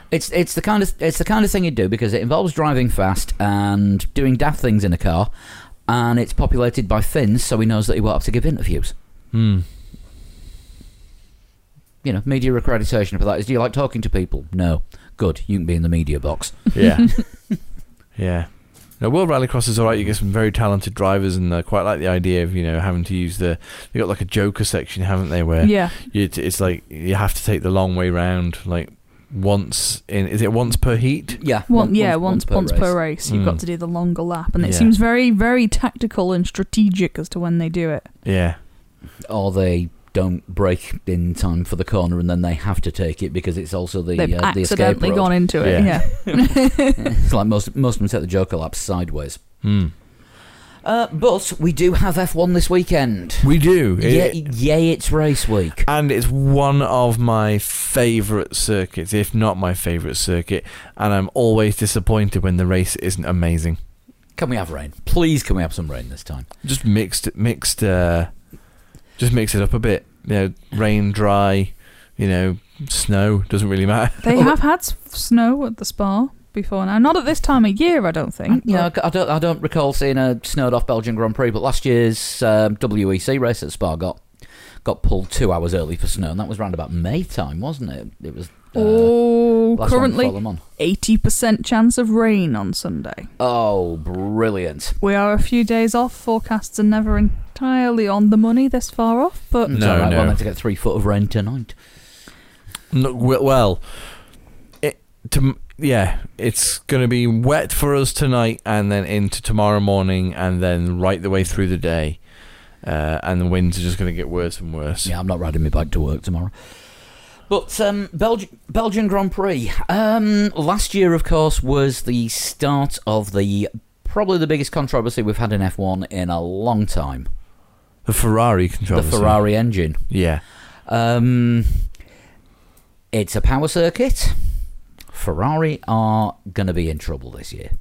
Speaker 1: It's it's the kind of it's the kind of thing you do because it involves driving fast and doing daft things in a car, and it's populated by Finns, so he knows that he won't have to give interviews.
Speaker 3: Hmm.
Speaker 1: You know, media accreditation for that is. Do you like talking to people? No. Good. You can be in the media box.
Speaker 3: Yeah. Yeah. Now, World Rallycross is alright. You get some very talented drivers, and I quite like the idea of you know having to use the. They got like a Joker section, haven't they? Where
Speaker 2: yeah.
Speaker 3: you, it's- it's like you have to take the long way round, like once in. Is it once per heat?
Speaker 1: Yeah.
Speaker 2: Well,
Speaker 1: one-
Speaker 2: yeah, once once per race, you've
Speaker 3: Mm.
Speaker 2: got to do the longer lap, and it
Speaker 3: Yeah.
Speaker 2: seems very very tactical and strategic as to when they do it.
Speaker 3: Yeah.
Speaker 1: Or they don't break in time for the corner and then they have to take it because it's also the,
Speaker 2: They've
Speaker 1: uh, the escape
Speaker 2: accidentally
Speaker 1: road.
Speaker 2: gone into it.
Speaker 3: Yeah.
Speaker 2: Yeah.
Speaker 1: it's like most, most of them take the Joker laps sideways.
Speaker 3: Mm.
Speaker 1: Uh, but we do have F1 this weekend.
Speaker 3: We do.
Speaker 1: Yay,
Speaker 3: It-
Speaker 1: yay, it's race week.
Speaker 3: and it's one of my favourite circuits, if not my favourite circuit. And I'm always disappointed when the race isn't amazing.
Speaker 1: Can we have rain? Please, can we have some rain this time?
Speaker 3: Just mixed, mixed, uh, just mix it up a bit. You know, rain, dry, you know, snow doesn't really matter.
Speaker 2: They have had s- snow at the spa before now. Not at this time of year, I don't think.
Speaker 1: Yeah,
Speaker 2: but-
Speaker 1: I I don't, I don't recall seeing a snowed off Belgian Grand Prix, but last year's um, WEC race at Spa got got pulled two hours early for snow, and that was round about May time, wasn't it? It was. Uh,
Speaker 2: oh,
Speaker 1: last one before
Speaker 2: currently
Speaker 1: Le Mans.
Speaker 2: eighty percent chance of rain on Sunday.
Speaker 1: Oh, brilliant!
Speaker 2: We are a few days off. Forecasts are never entirely on the money this far off, but
Speaker 1: It's
Speaker 3: No,
Speaker 1: all right,
Speaker 3: no.
Speaker 1: Well, I to get three foot of rain tonight.
Speaker 3: No, we- well, it, to, yeah, it's going to be wet for us tonight, and then into tomorrow morning, and then right the way through the day. Uh, and the winds are just going to get worse and worse.
Speaker 1: Yeah, I'm not riding my bike to work tomorrow. But um, Belgi- Belgian Grand Prix. Um, last year, of course, was the start of the probably the biggest controversy we've had in F1 in a long time.
Speaker 3: The Ferrari
Speaker 1: The
Speaker 3: controversy.
Speaker 1: Ferrari engine.
Speaker 3: Yeah.
Speaker 1: Um, it's a power circuit. Ferrari are going to be in trouble this year.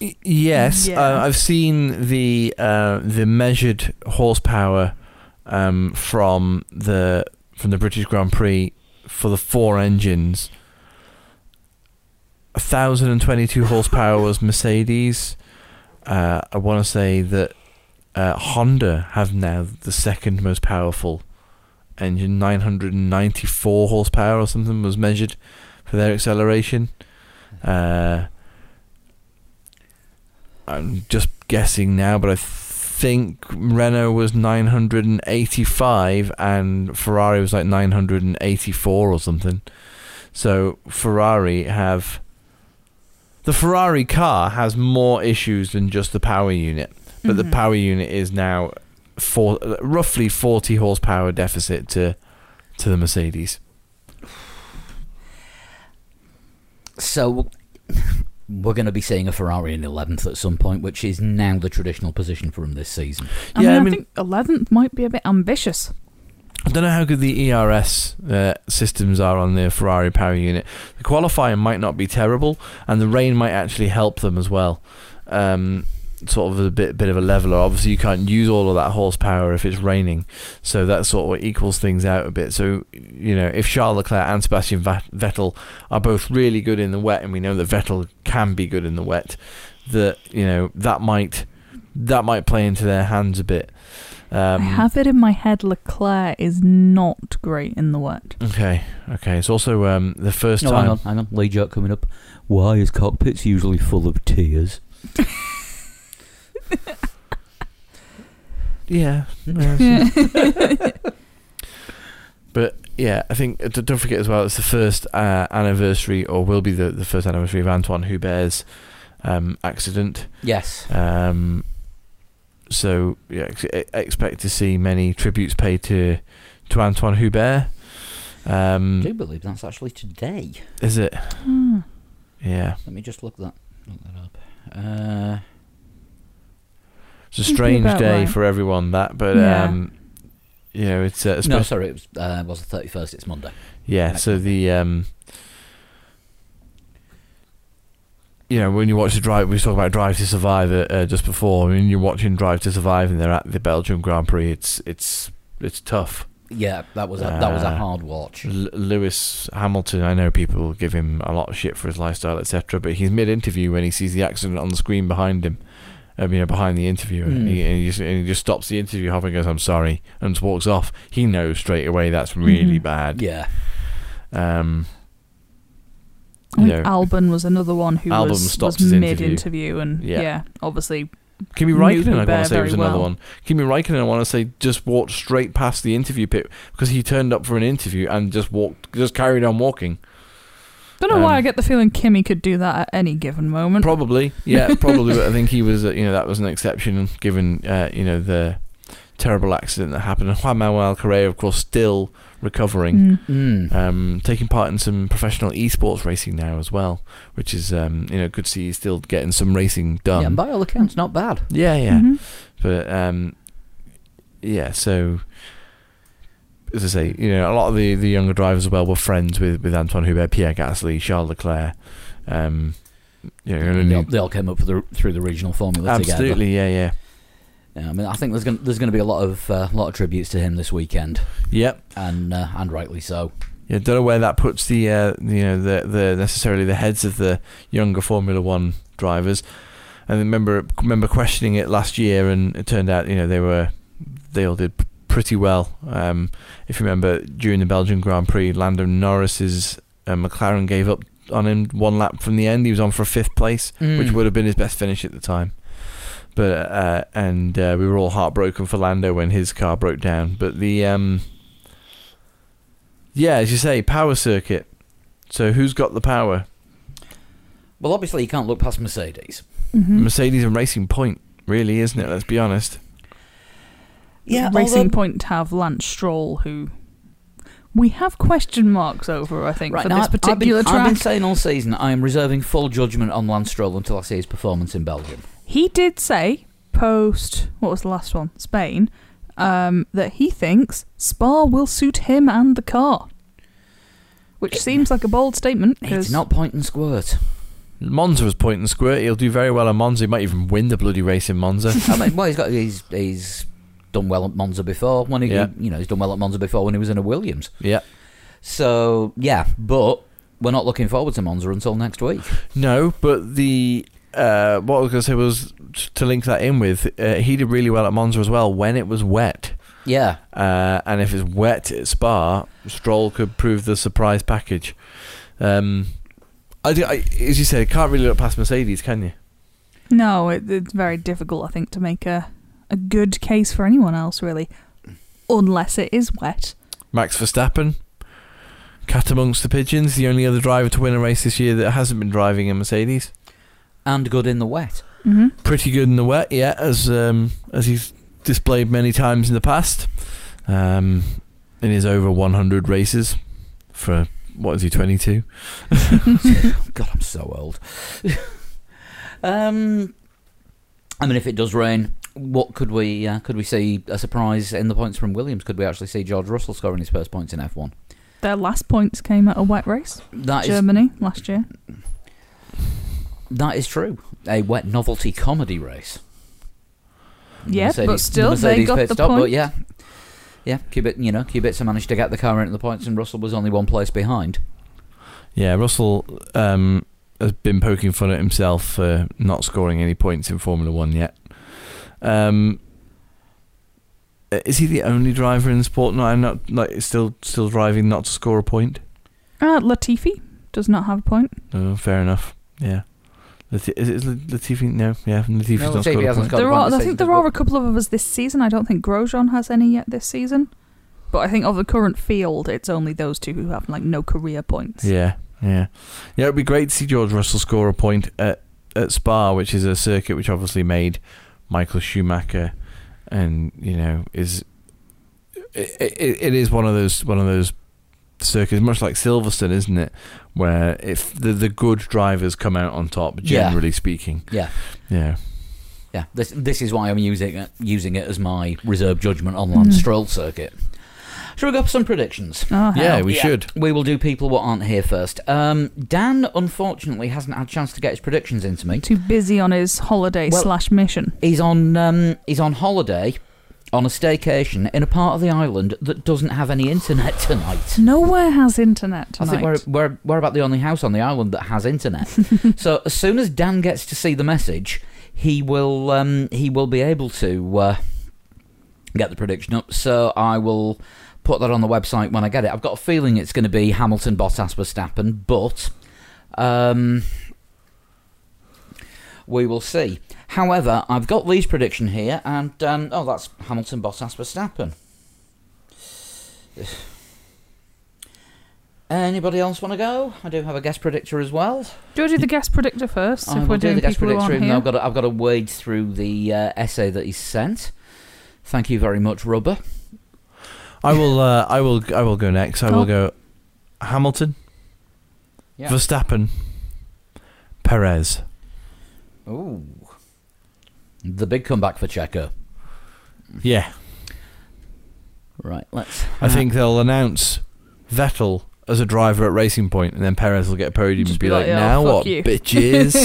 Speaker 3: Y- Yes,
Speaker 2: Yeah.
Speaker 3: uh, I've seen the uh, the measured horsepower um, from the from the British Grand Prix for the four engines. thousand and twenty two horsepower was Mercedes. Uh, I want to say that uh, Honda have now the second most powerful engine, nine hundred and ninety four horsepower or something was measured for their acceleration. Uh, I'm just guessing now, but I think Renault was 985 and Ferrari was like 984 or something. So Ferrari have the Ferrari car has more issues than just the power unit, but the
Speaker 2: Mhm.
Speaker 3: power unit is now for roughly 40 horsepower deficit to to the Mercedes.
Speaker 1: So we're going to be seeing a Ferrari in 11th at some point, which is now the traditional position for them this season.
Speaker 2: I,
Speaker 3: Yeah,
Speaker 2: mean,
Speaker 3: I
Speaker 2: I,
Speaker 3: mean-
Speaker 2: think eleventh might be a bit ambitious.
Speaker 3: I don't know how good the ERS uh, systems are on the Ferrari power unit. The qualifying might not be terrible, and the rain might actually help them as well. Um, sort of a bit bit of a leveler. Obviously, you can't use all of that horsepower if it's raining, so that sort of equals things out a bit. So you know, if Charles Leclerc and Sebastian Vet- Vettel are both really good in the wet, and we know that Vettel can be good in the wet, that you know that might that might play into their hands a bit. Um,
Speaker 2: I have it in my head. Leclerc is not great in the wet.
Speaker 3: Okay, okay. It's also um, the first
Speaker 1: No,
Speaker 3: time.
Speaker 1: hang on, hang on. Lee joke coming up. Why is cockpits usually full of tears?
Speaker 3: Yeah. yeah. but yeah, I think uh, d- don't forget as well. It's the first uh, anniversary, or will be the, the first anniversary of Antoine Hubert's um, accident.
Speaker 1: Yes.
Speaker 3: Um, so yeah, ex- e- expect to see many tributes paid to to Antoine Hubert.
Speaker 1: I
Speaker 3: Um,
Speaker 1: do believe that's actually today.
Speaker 3: is it?
Speaker 2: Hmm.
Speaker 3: Yeah.
Speaker 1: Let me just look that, look that up. Uh,
Speaker 3: It's a
Speaker 2: You'd be
Speaker 3: strange
Speaker 2: about
Speaker 3: day
Speaker 2: right.
Speaker 3: for everyone. That, but
Speaker 2: Yeah.
Speaker 3: um, you know, it's uh,
Speaker 1: no,
Speaker 3: especially.
Speaker 1: sorry, it was, uh, was the 31st, it's Monday.
Speaker 3: Yeah,
Speaker 1: Like-
Speaker 3: so the um you know, when you watch the drive, we talk about Drive to Survive uh, uh, just before. When you're watching Drive to Survive and they're at the Belgium Grand Prix, it's it's it's tough.
Speaker 1: Yeah, that was a, that was a
Speaker 3: Uh,
Speaker 1: hard watch.
Speaker 3: L- Lewis Hamilton, I know people give him a lot of shit for his lifestyle, etc. But he's mid-interview when he sees the accident on the screen behind him, um, you know, behind the interviewer, and, he,
Speaker 1: Mm.
Speaker 3: and, he just, and he just stops the interview, halfway and goes, "I'm sorry," and just walks off. He knows straight away that's really
Speaker 2: Mhm.
Speaker 3: bad.
Speaker 1: Yeah.
Speaker 3: Um,
Speaker 2: I think
Speaker 3: Yeah.
Speaker 2: Albon was another one who
Speaker 3: Albon
Speaker 2: was,
Speaker 3: stopped
Speaker 2: was
Speaker 3: his interview.
Speaker 2: mid interview and
Speaker 3: Yeah.
Speaker 2: yeah. obviously
Speaker 3: Kimi
Speaker 2: Moved
Speaker 3: Raikkonen, I
Speaker 2: there
Speaker 3: want to say, was
Speaker 2: very
Speaker 3: another
Speaker 2: well.
Speaker 3: one. Kimi Raikkonen, I want to say, just walked straight past the interview pit because he turned up for an interview and just walked, just carried on walking.
Speaker 2: don't know why
Speaker 3: Um,
Speaker 2: I get the feeling Kimmy could do that at any given moment.
Speaker 3: Probably, yeah, probably. but I think he was, uh, you know, that was an exception given, uh, you know, the terrible accident that happened. And Juan Manuel Correa, of course, still recovering,
Speaker 2: Mm.
Speaker 1: Mm.
Speaker 3: um, taking part in some professional esports racing now as well, which is, um, you know, good to see he's still getting some racing
Speaker 1: yeah,
Speaker 3: done.
Speaker 1: and by all accounts, not bad.
Speaker 3: yeah, yeah.
Speaker 2: Mhm.
Speaker 3: But um, yeah, so as I say, you know, a lot of the, the younger drivers as well were friends with, with Antoine Hubert, Pierre Gasly, Charles Leclerc. Um, you know, and
Speaker 1: They all,
Speaker 3: only-
Speaker 1: they all came up for the, through the regional formula together.
Speaker 3: absolutely, yeah, yeah,
Speaker 1: Yeah, I mean, I think there's going there's going to be a lot of uh, lot of tributes to him this weekend,
Speaker 3: yep.
Speaker 1: and uh, and rightly so.
Speaker 3: Yeah, don't know where that puts the uh, you know the the necessarily the heads of the younger Formula One drivers. And I remember remember questioning it last year, and it turned out you know they were they all did p- pretty well. Um, if you remember during the Belgian Grand Prix, Lando Norris's uh, McLaren gave up on him one lap from the end. He was on for fifth place, Mm.
Speaker 1: Hmm.
Speaker 3: which would have been his best finish at the time. But uh, and uh, we were all heartbroken for Lando when his car broke down. But the um, yeah, as you say, power circuit. So who's got the power?
Speaker 1: well, obviously you can't look past Mercedes.
Speaker 2: Mhm.
Speaker 3: Mercedes and Racing Point, really, isn't it? Let's be honest.
Speaker 2: Racing Point have Lance Stroll, who we have question marks over. I think
Speaker 1: Right
Speaker 2: for
Speaker 1: now, I've-
Speaker 2: this
Speaker 1: I've been,
Speaker 2: particular
Speaker 1: I've been
Speaker 2: track,
Speaker 1: saying all season I am reserving full judgment on Lance Stroll until I see his performance in Belgium.
Speaker 2: he did say post what was the last one, Spain, um, that he thinks Spa will suit him and the car, which seems like a bold statement.
Speaker 1: It's
Speaker 2: 'cause-
Speaker 1: not point and squirt.
Speaker 3: Monza was point and squirt. He'll do very well in Monza. He might even win the bloody race in Monza.
Speaker 1: I mean, well, he's got he's he's done well at Monza before when he
Speaker 3: Yeah.
Speaker 1: you know he's done well at Monza before when he was in a Williams.
Speaker 3: yeah.
Speaker 1: So yeah, but we're not looking forward to Monza until next week.
Speaker 3: No, but the uh, what I was going to say was to link that in with uh, he did really well at Monza as well when it was wet.
Speaker 1: Yeah,
Speaker 3: Uh, and if it's wet at Spa, Stroll could prove the surprise package. Um, I, do- I, as you said, can't really look past Mercedes, can you?
Speaker 2: No, it, it's very difficult, I think, to make a, a good case for anyone else, really, unless it is wet.
Speaker 3: Max Verstappen, cat amongst the pigeons, the only other driver to win a race this year that hasn't been driving a Mercedes.
Speaker 1: and good in the wet.
Speaker 2: Mm-hmm.
Speaker 3: Pretty good in the wet, yeah, as um, as he's displayed many times in the past, um, in his over 100 races for what is he 22?
Speaker 1: God, I'm so old. um, I mean, if it does rain, what could we uh, could we see a surprise in the points from Williams? Could we actually see George Russell scoring his first points in F1?
Speaker 2: Their last points came at a wet race,
Speaker 1: That is
Speaker 2: Germany last year.
Speaker 1: that is true. A wet novelty comedy race.
Speaker 2: Yeah, but
Speaker 1: Mercedes-
Speaker 2: still, they
Speaker 1: Mercedes
Speaker 2: got
Speaker 1: pit
Speaker 2: the
Speaker 1: stop, But
Speaker 2: point.
Speaker 1: yeah, yeah, Kubica, you know, Kubica managed to get the car into the points, and Russell was only one place behind.
Speaker 3: Yeah, Russell um, has been poking fun at himself for not scoring any points in Formula One yet. Um, is he the only driver in the sport? No, I'm not. Like, still, still driving not to score a point.
Speaker 2: Uh, Latifi does not have a point.
Speaker 3: No, fair enough. Yeah, Lati- is it Latifi? No, yeah, Latifi's
Speaker 1: No,
Speaker 3: not
Speaker 1: Latifi
Speaker 3: scored a
Speaker 1: hasn't
Speaker 3: point.
Speaker 1: Got a
Speaker 2: there
Speaker 1: point
Speaker 2: are,
Speaker 1: this
Speaker 2: I
Speaker 1: season,
Speaker 2: think, there
Speaker 1: but-
Speaker 2: are a couple of others this season. I don't think Grosjean has any yet this season, but I think of the current field, it's only those two who have like no career points.
Speaker 3: Yeah, yeah, yeah. It'd be great to see George Russell score a point at at Spa, which is a circuit which obviously made Michael Schumacher, and you know is it, it, it is one of those one of those circuits, much like Silverstone, isn't it? Where if the the good drivers come out on top,
Speaker 1: Yeah.
Speaker 3: generally speaking,
Speaker 1: Yeah.
Speaker 3: yeah.
Speaker 1: Yeah, this this is why I'm using it, using it as my reserve judgment on Lance
Speaker 2: Mm.
Speaker 1: Stroll circuit. Shall we go for some predictions?
Speaker 2: Oh, hell.
Speaker 3: Yeah, we should.
Speaker 1: We will do people what aren't here first. Um, Dan unfortunately hasn't had a chance to get his predictions into me.
Speaker 2: Too busy on his holiday
Speaker 1: Well-
Speaker 2: slash mission.
Speaker 1: He's on um, he's on holiday on a staycation in a part of the island that doesn't have any internet tonight.
Speaker 2: Nowhere has internet
Speaker 1: I
Speaker 2: tonight.
Speaker 1: think we're, we're, we're about the only house on the island that has internet. so as soon as Dan gets to see the message, he will um, he will be able to uh, get the prediction up. So I will put that on the website when I get it. I've got a feeling it's going to be Hamilton, Bottas, Verstappen, but Um, we will see. However, I've got Lee's prediction here, and um, oh, that's Hamilton, Bottas, Verstappen. Anybody else want to go? I do have a guest predictor as well.
Speaker 2: Do I do the guest predictor first?
Speaker 1: I
Speaker 2: if
Speaker 1: will
Speaker 2: we're
Speaker 1: do
Speaker 2: doing
Speaker 1: the guest
Speaker 2: people who
Speaker 1: predictor,
Speaker 2: aren't
Speaker 1: even though
Speaker 2: here?
Speaker 1: I've got to, I've got to wade through the uh, essay that he sent. Thank you very much, Rubber.
Speaker 3: I will. Uh, I will. I will go next. I
Speaker 2: Oh.
Speaker 3: will go. Hamilton,
Speaker 1: Yeah.
Speaker 3: Verstappen, Perez.
Speaker 1: Ooh, the big comeback for Checo.
Speaker 3: Yeah,
Speaker 1: Right, let's.
Speaker 3: I think they'll announce Vettel as a driver at Racing Point, and then Perez will get a podium
Speaker 2: Just
Speaker 3: and be,
Speaker 2: be
Speaker 3: like,
Speaker 2: like, "Oh,
Speaker 3: "Now
Speaker 2: fuck
Speaker 3: what,
Speaker 2: you."
Speaker 3: bitches?"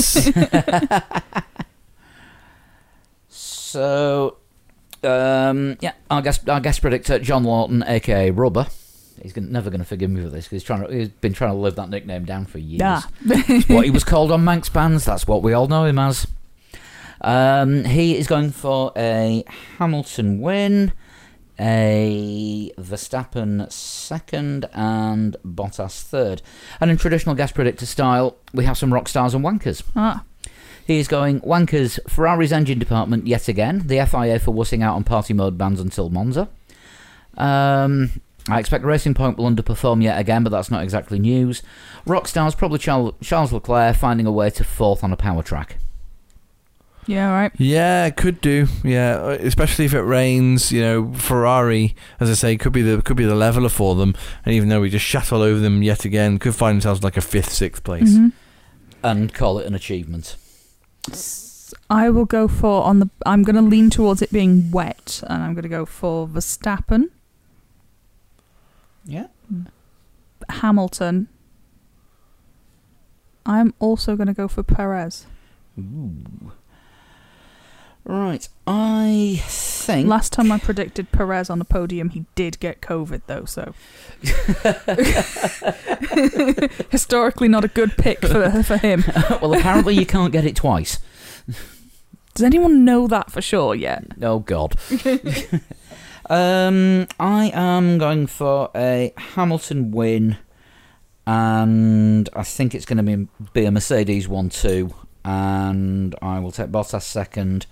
Speaker 1: So, um, yeah, our guest, our guest predictor, John Lawton, aka Rubber. He's gonna, never going to forgive me for this because he's trying to, he's been trying to live that nickname down for years.
Speaker 2: Yeah.
Speaker 1: It's what he was called on Manx bands. That's what we all know him as. Um, he is going for a Hamilton win, a Verstappen second, and Bottas third. And in traditional gas predictor style, we have some rock stars and wankers.
Speaker 2: ah,
Speaker 1: He is going wankers. Ferrari's engine department yet again. The FIA for wussing out on party mode bans until Monza. Um, I expect Racing Point will underperform yet again, but that's not exactly news. Rockstars probably Charles, Charles Leclerc finding a way to fourth on a power track.
Speaker 2: yeah, right.
Speaker 3: yeah, could do. Yeah, especially if it rains. You know, Ferrari, as I say, could be the could be the leveler for them. And even though we just shat all over them yet again, could find themselves like a fifth, sixth place.
Speaker 2: Mhm.
Speaker 1: and call it an achievement.
Speaker 2: S- I will go for on the. I'm going to lean towards it being wet, and I'm going to go for Verstappen,
Speaker 1: Yeah.
Speaker 2: Hamilton. I'm also going to go for Perez.
Speaker 1: Ooh. Right. I think.
Speaker 2: Last time I predicted Perez on a podium, he did get COVID though, so historically not a good pick for for him.
Speaker 1: well, apparently you can't get it twice.
Speaker 2: Does anyone know that for sure yet?
Speaker 1: Oh God. um, I am going for a Hamilton win, and I think it's going to be be a Mercedes one-two, and I will take Bottas second.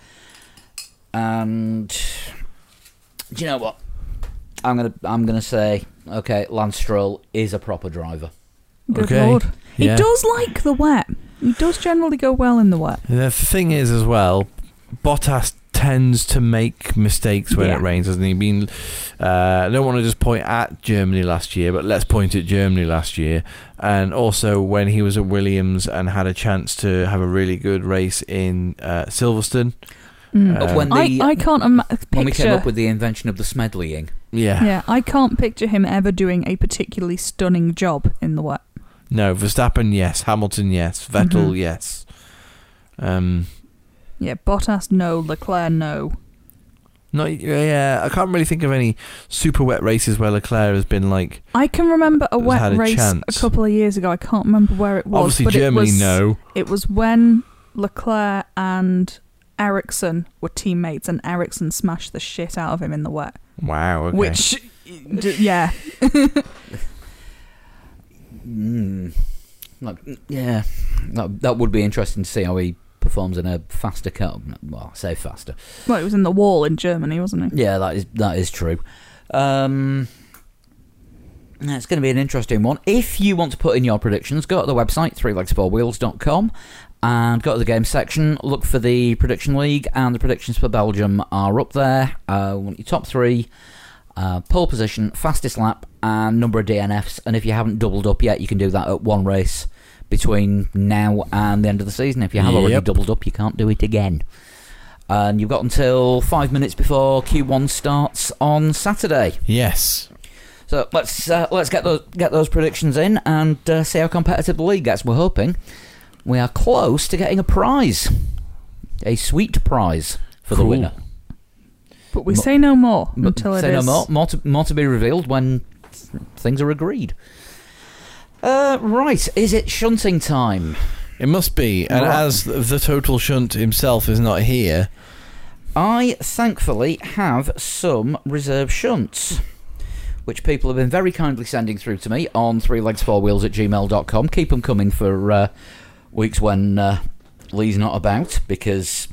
Speaker 1: And do you know what? I'm gonna I'm gonna say okay. Lance Stroll is a proper driver.
Speaker 2: Good
Speaker 3: Okay.
Speaker 2: lord. He
Speaker 3: Yeah.
Speaker 2: does like the wet. He does generally go well in the wet.
Speaker 3: The thing is, as well, Bottas tends to make mistakes when
Speaker 2: Yeah.
Speaker 3: it rains, doesn't he? I mean, uh, I don't want to just point at Germany last year, but let's point at Germany last year. And also when he was at Williams and had a chance to have a really good race in uh, Silverstone.
Speaker 2: Mm.
Speaker 3: Uh,
Speaker 1: when
Speaker 2: I,
Speaker 1: the-
Speaker 2: I can't ima- picture.
Speaker 1: When we came up with the invention of the smedleying,
Speaker 3: Yeah.
Speaker 2: yeah, I can't picture him ever doing a particularly stunning job in the wet.
Speaker 3: No, Verstappen, yes. Hamilton, yes. Vettel,
Speaker 2: Mhm.
Speaker 3: yes. Um,
Speaker 2: Yeah, Bottas, no. Leclerc, no.
Speaker 3: not yeah. I can't really think of any super wet races where Leclerc has been like
Speaker 2: I can remember a
Speaker 3: Has
Speaker 2: wet
Speaker 3: had a
Speaker 2: race
Speaker 3: chance.
Speaker 2: a couple of years ago. I can't remember where it was.
Speaker 3: obviously
Speaker 2: but
Speaker 3: Germany.
Speaker 2: it was,
Speaker 3: no,
Speaker 2: It was when Leclerc and Ericsson were teammates, and Ericsson smashed the shit out of him in the wet.
Speaker 3: wow. Okay.
Speaker 2: Which, d- yeah,
Speaker 1: Mm. Like, yeah, that, that would be interesting to see how he performs in a faster car. Well, I say faster.
Speaker 2: well, it was in the wall in Germany, wasn't it?
Speaker 1: Yeah, that is that is true. Um, it's going to be an interesting one. If you want to put in your predictions, go to the website threelegs4wheels.com and go to the game section. Look for the prediction league, and the predictions for Belgium are up there. Uh, we want your top three. Uh, pole position, fastest lap, and number of DNFs. And if you haven't doubled up yet, you can do that at one race between now and the end of the season. If you have already
Speaker 3: Yep.
Speaker 1: doubled up, you can't do it again. And you've got until five minutes before Q1 starts on Saturday.
Speaker 3: Yes.
Speaker 1: So let's uh, let's get those get those predictions in and uh, see how competitive the league gets. We're hoping we are close to getting a prize, a sweet prize for the
Speaker 3: Cool.
Speaker 1: winner.
Speaker 2: But we
Speaker 1: Mo-
Speaker 2: say no more
Speaker 1: But
Speaker 2: until it is.
Speaker 1: say no more. More to, more to be revealed when th- things are agreed. Uh, right, is it shunting time?
Speaker 3: It must be. And
Speaker 1: Right.
Speaker 3: as the total shunt himself is not here,
Speaker 1: I thankfully have some reserve shunts, which people have been very kindly sending through to me on three legs four wheels at gmail.com. Keep them coming for uh, weeks when uh, Lee's not about because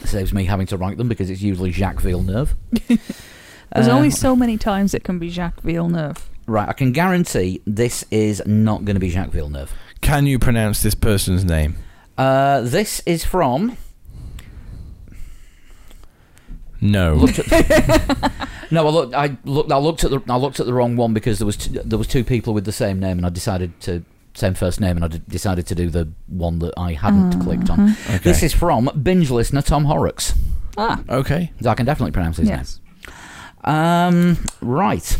Speaker 1: it saves me having to write them because it's usually Jacques Villeneuve.
Speaker 2: There's
Speaker 1: Uh,
Speaker 2: only so many times it can be Jacques Villeneuve.
Speaker 1: Right, I can guarantee this is not going to be Jacques Villeneuve.
Speaker 3: Can you pronounce this person's name?
Speaker 1: Uh, this is from.
Speaker 3: No.
Speaker 1: Looked at, no, I looked. I looked. I looked at the. I looked at the wrong one because there was two, there was two people with the same name, and I decided to same first name, and I d- decided to do the one that I hadn't
Speaker 2: Mm-hmm. Uh-huh.
Speaker 1: clicked on.
Speaker 3: Okay.
Speaker 1: This is from binge listener Tom Horrocks.
Speaker 2: Ah,
Speaker 3: okay.
Speaker 1: So I can definitely pronounce his
Speaker 2: yes.
Speaker 1: name. Um, right.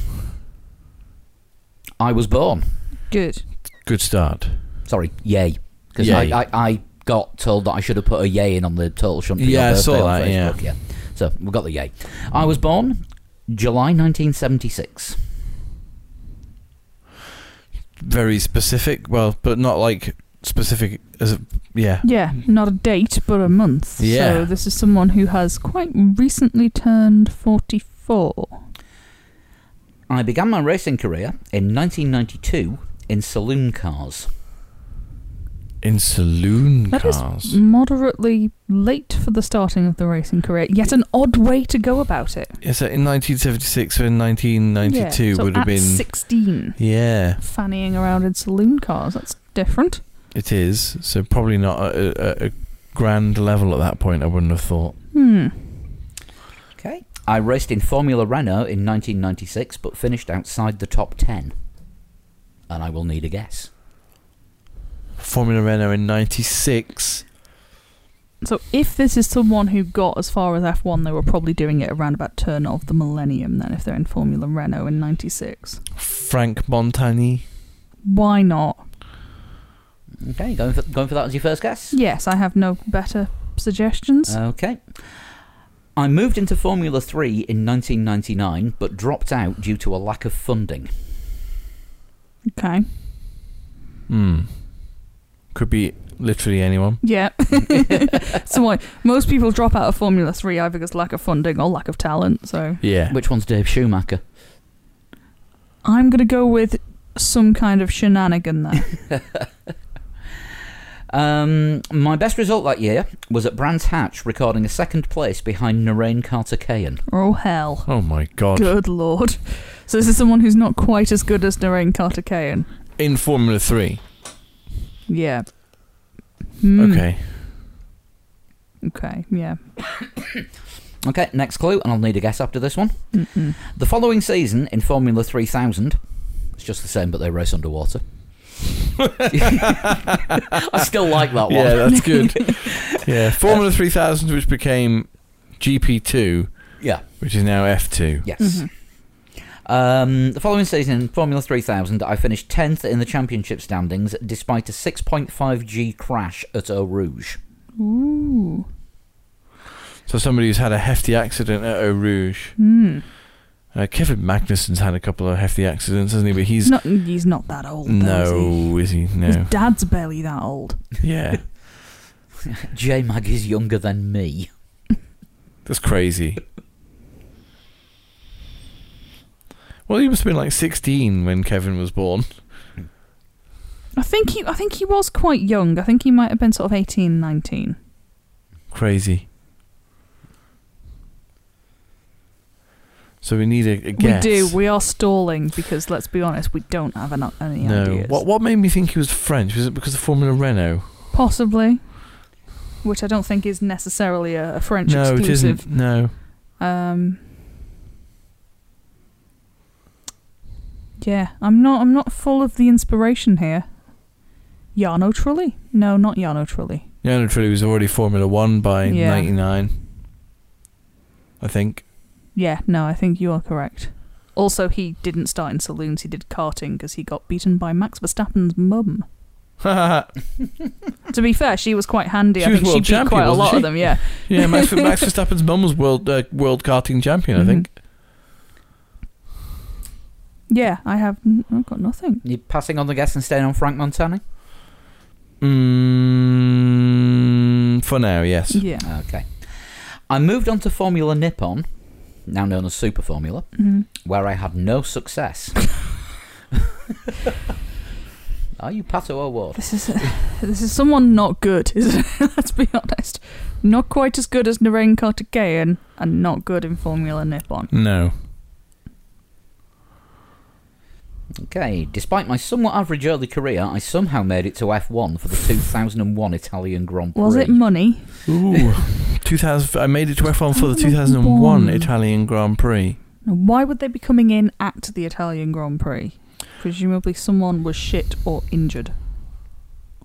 Speaker 1: I was born.
Speaker 2: Good.
Speaker 3: Good start.
Speaker 1: Sorry, yay. Because I,
Speaker 3: Yay.
Speaker 1: I, I got told that I should have put a yay in on the total shunt for
Speaker 3: Yeah, I
Speaker 1: your birthday
Speaker 3: saw
Speaker 1: on
Speaker 3: that, yeah.
Speaker 1: Facebook. Yeah. So we got the yay. I was born July 1976.
Speaker 3: Very specific. Well, but not like specific as a. Yeah.
Speaker 2: Yeah, not a date, but a month.
Speaker 3: Yeah.
Speaker 2: So this is someone who has quite recently turned 44.
Speaker 1: I began my racing career in 1992 in saloon cars.
Speaker 3: In saloon
Speaker 2: That is
Speaker 3: cars.
Speaker 2: Moderately late for the starting of the racing career, yet an odd way to go about it.
Speaker 3: Yeah, so in 1976 or in 1992
Speaker 2: Yeah, so
Speaker 3: would have
Speaker 2: at
Speaker 3: been.
Speaker 2: 16,
Speaker 3: Yeah,
Speaker 2: fannying around in saloon cars. That's different.
Speaker 3: it is. So probably not a, a, a grand level at that point, I wouldn't have thought.
Speaker 2: Hmm.
Speaker 1: Okay. I raced in Formula Renault in 1996 but finished outside the top 10. And I will need a guess.
Speaker 3: Formula Renault in 96.
Speaker 2: So if this is someone who got as far as F1, they were probably doing it around about turn of the millennium then if they're in Formula Renault in 96.
Speaker 3: Frank Montagny.
Speaker 2: Why not?
Speaker 1: Okay, going for, going for that as your first guess?
Speaker 2: Yes, I have no better suggestions.
Speaker 1: Okay. I moved into Formula 3 in 1999 but dropped out due to a lack of funding.
Speaker 2: okay.
Speaker 3: Hmm. Could be literally anyone.
Speaker 2: Yeah. so why most people drop out of Formula 3 either because lack of funding or lack of talent. So
Speaker 3: Yeah.
Speaker 1: Which one's Dave Schumacher?
Speaker 2: I'm going to go with some kind of shenanigan there.
Speaker 1: Um, my best result that year was at Brands Hatch recording a second place behind Noreen Carter Kayan.
Speaker 2: oh hell.
Speaker 3: Oh my god.
Speaker 2: Good lord. So this is someone who's not quite as good as Noreen Carter Kayan.
Speaker 3: In Formula 3.
Speaker 2: Yeah. Hmm.
Speaker 3: Okay.
Speaker 2: Okay. Yeah.
Speaker 1: Okay, next clue, and I'll need a guess after this one.
Speaker 2: Mm-mm.
Speaker 1: The following season in Formula 3000, it's just the same, but they race underwater. I still like that one.
Speaker 3: Yeah, that's good. yeah. Formula 3000, which became GP2,
Speaker 1: Yeah,
Speaker 3: which is now F2.
Speaker 1: yes.
Speaker 2: Mm-hmm.
Speaker 1: Um, the following season in Formula 3000, I finished 10th in the championship standings despite a 6.5G crash at Eau Rouge.
Speaker 2: Mm-hmm. Ooh.
Speaker 3: So somebody who's had a hefty accident at Eau Rouge.
Speaker 2: Hmm.
Speaker 3: Uh, Kevin Magnuson's had a couple of hefty accidents, hasn't he? But he's
Speaker 2: Not, he's not that old. though, is
Speaker 3: no, is
Speaker 2: he?
Speaker 3: he?
Speaker 2: His
Speaker 3: No,
Speaker 2: dad's barely that old.
Speaker 3: yeah,
Speaker 1: J Mag is younger than me.
Speaker 3: that's crazy. Well, he must have been like sixteen when Kevin was born.
Speaker 2: I think he. I think he was quite young. I think he might have been sort of 18, 19.
Speaker 3: Crazy. So we need a, a guess.
Speaker 2: We do. We are stalling because let's be honest, we don't have an, any
Speaker 3: no.
Speaker 2: ideas.
Speaker 3: What What made me think he was French? Was it because of Formula Renault?
Speaker 2: Possibly. Which I don't think is necessarily a, a French
Speaker 3: no, it
Speaker 2: exclusive.
Speaker 3: isn't. No.
Speaker 2: Um, yeah, I'm not. I'm not full of the inspiration here. Jarno Trulli? No, not Jarno Trulli.
Speaker 3: Leonard Trulli was already Formula One by
Speaker 2: Yeah.
Speaker 3: '99. I think.
Speaker 2: Yeah, no, I think you are correct. Also, he didn't start in saloons. He did karting because he got beaten by Max Verstappen's mum. To be fair, she was quite handy.
Speaker 3: She
Speaker 2: I
Speaker 3: was
Speaker 2: think she
Speaker 3: world
Speaker 2: beat
Speaker 3: champion,
Speaker 2: quite a
Speaker 3: wasn't
Speaker 2: lot
Speaker 3: she?
Speaker 2: of them. Yeah.
Speaker 3: Yeah, Max, Max Verstappen's mum was world uh, world karting champion,
Speaker 2: Mm-hmm.
Speaker 3: I think.
Speaker 2: Yeah, I have. n- I've got nothing.
Speaker 1: You passing on the guess and staying on Frank Montani?
Speaker 3: Mm, for now, yes.
Speaker 2: Yeah.
Speaker 3: Mm,
Speaker 1: Okay. I moved on to Formula Nippon now known as Super Formula,
Speaker 2: Mhm.
Speaker 1: where I had no success. Are you Pato O'Ward?
Speaker 2: This is this is someone not good, isn't it? Let's be honest. Not quite as good as Naren Kartikeyan and not good in Formula Nippon.
Speaker 4: No.
Speaker 1: Okay, despite my somewhat average early career, I somehow made it to F1 for the 2001 Italian Grand Prix.
Speaker 2: Was it money?
Speaker 3: Ooh, 2000. I made it to F1 for the 2001 Italian Grand Prix.
Speaker 2: Now, why would they be coming in at the Italian Grand Prix? Presumably, someone was shit or injured,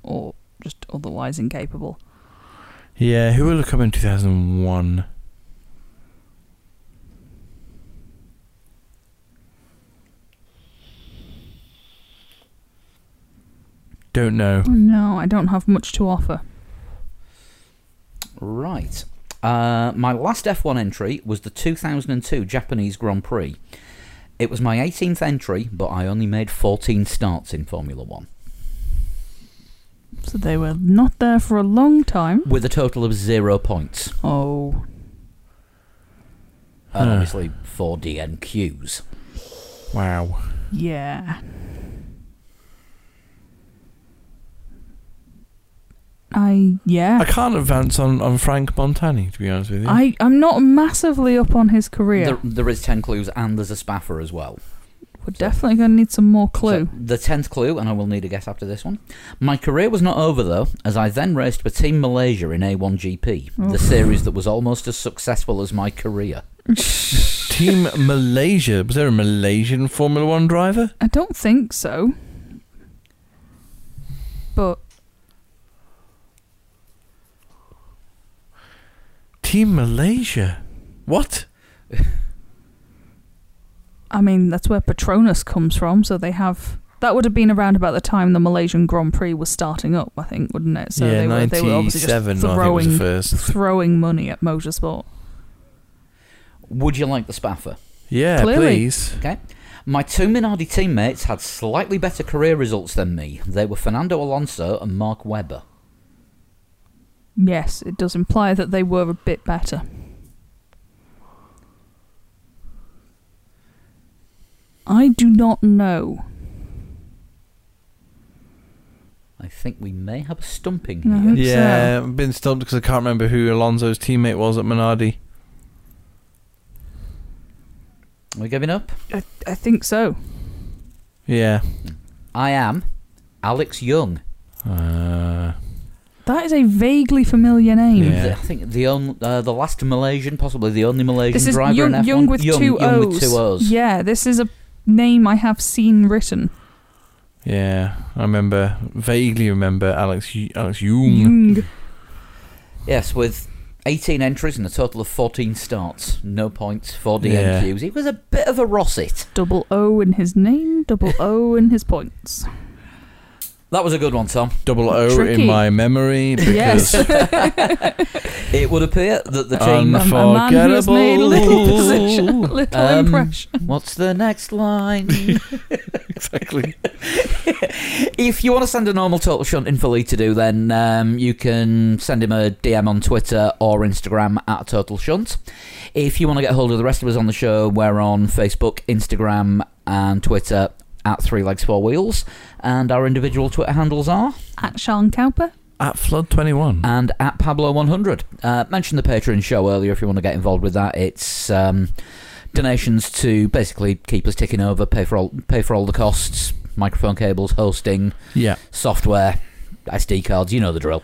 Speaker 2: or just otherwise incapable.
Speaker 3: Yeah, who would have come in 2001? Don't know.
Speaker 2: Oh, No, I don't have much to offer.
Speaker 1: Right. Uh, my last F1 entry was the 2002 Japanese Grand Prix. It was my 18th entry, but I only made 14 starts in Formula One,
Speaker 2: So they were not there for a long time.
Speaker 1: with a total of zero points.
Speaker 2: Oh,
Speaker 1: And
Speaker 3: Huh.
Speaker 1: obviously, four DNQs.
Speaker 3: Wow.
Speaker 2: yeah. I yeah.
Speaker 3: I can't advance on, on Frank Montani, to be honest with you.
Speaker 2: I I'm not massively up on his career.
Speaker 1: There, there is 10 clues, and there's a spaffer as well.
Speaker 2: We're definitely going to need some more clue.
Speaker 1: So, the tenth clue, and I will need a guess after this one. My career was not over though, as I then raced for Team Malaysia in A1GP, the
Speaker 2: Oof.
Speaker 1: series that was almost as successful as my career.
Speaker 3: Team Malaysia. Was there a Malaysian Formula One driver?
Speaker 2: I don't think so. But
Speaker 3: Team Malaysia. What?
Speaker 2: I mean, that's where Patronus comes from, so they have. That would have been around about the time the Malaysian Grand Prix was starting up, I think, wouldn't it? So
Speaker 3: yeah,
Speaker 2: they, were, they were obviously just
Speaker 3: 97, I think was the
Speaker 2: throwing,
Speaker 3: first.
Speaker 2: throwing money at motorsport.
Speaker 1: Would you like the spaffer?
Speaker 3: Yeah,
Speaker 2: Clearly.
Speaker 3: please.
Speaker 1: Okay. My two Minardi teammates had slightly better career results than me. They were Fernando Alonso and Mark Webber.
Speaker 2: Yes, it does imply that they were a bit better. I do not know.
Speaker 1: I think we may have a stumping
Speaker 2: No.
Speaker 1: here.
Speaker 2: uh,
Speaker 3: Yeah, I've been stumped because I can't remember who Alonso's teammate was at Minardi.
Speaker 1: Are we giving up?
Speaker 2: I, I think so.
Speaker 3: Yeah.
Speaker 1: I am Alex Young.
Speaker 3: Uh,
Speaker 2: That is a vaguely familiar name.
Speaker 3: Yeah.
Speaker 1: The- I think the only, uh, the last Malaysian, possibly the only Malaysian
Speaker 2: This is
Speaker 1: driver
Speaker 2: young,
Speaker 1: in F1.
Speaker 2: young with two
Speaker 1: Young
Speaker 2: O's.
Speaker 1: with two O's.
Speaker 2: Yeah, this is a name I have seen written.
Speaker 3: yeah, I remember vaguely remember Alex Y- Alex Young.
Speaker 2: Young.
Speaker 1: Yes, with 18 entries and a total of 14 starts. No points, 4
Speaker 3: Yeah.
Speaker 1: DNQs. It was a bit of a rosset.
Speaker 2: Double O in his name, double O in his points.
Speaker 1: That was a good one, Tom.
Speaker 3: Double O
Speaker 2: Tricky.
Speaker 3: in my memory because
Speaker 2: Yes.
Speaker 1: It would appear that the team.
Speaker 2: Um, a man who has made little position,
Speaker 3: unforgettable.
Speaker 2: little
Speaker 1: Um,
Speaker 2: impression.
Speaker 1: What's the next line?
Speaker 3: exactly.
Speaker 1: if you want to send a normal total shunt in for Lee to do, then um, you can send him a DM on Twitter or Instagram at total shunt. If you want to get hold of the rest of us on the show, we're on Facebook, Instagram, and Twitter at Three Legs Four Wheels, and our individual Twitter handles are.
Speaker 2: At Sean Cowper.
Speaker 3: At Flood Twenty One.
Speaker 2: Uh,
Speaker 1: and at Pablo100. Uh, mentioned the Patreon show earlier if you want to get involved with that. It's um, donations to basically keep us ticking over, pay for all, pay for all the costs, microphone cables, hosting,
Speaker 3: Yeah,
Speaker 1: software, SD cards. You know the drill.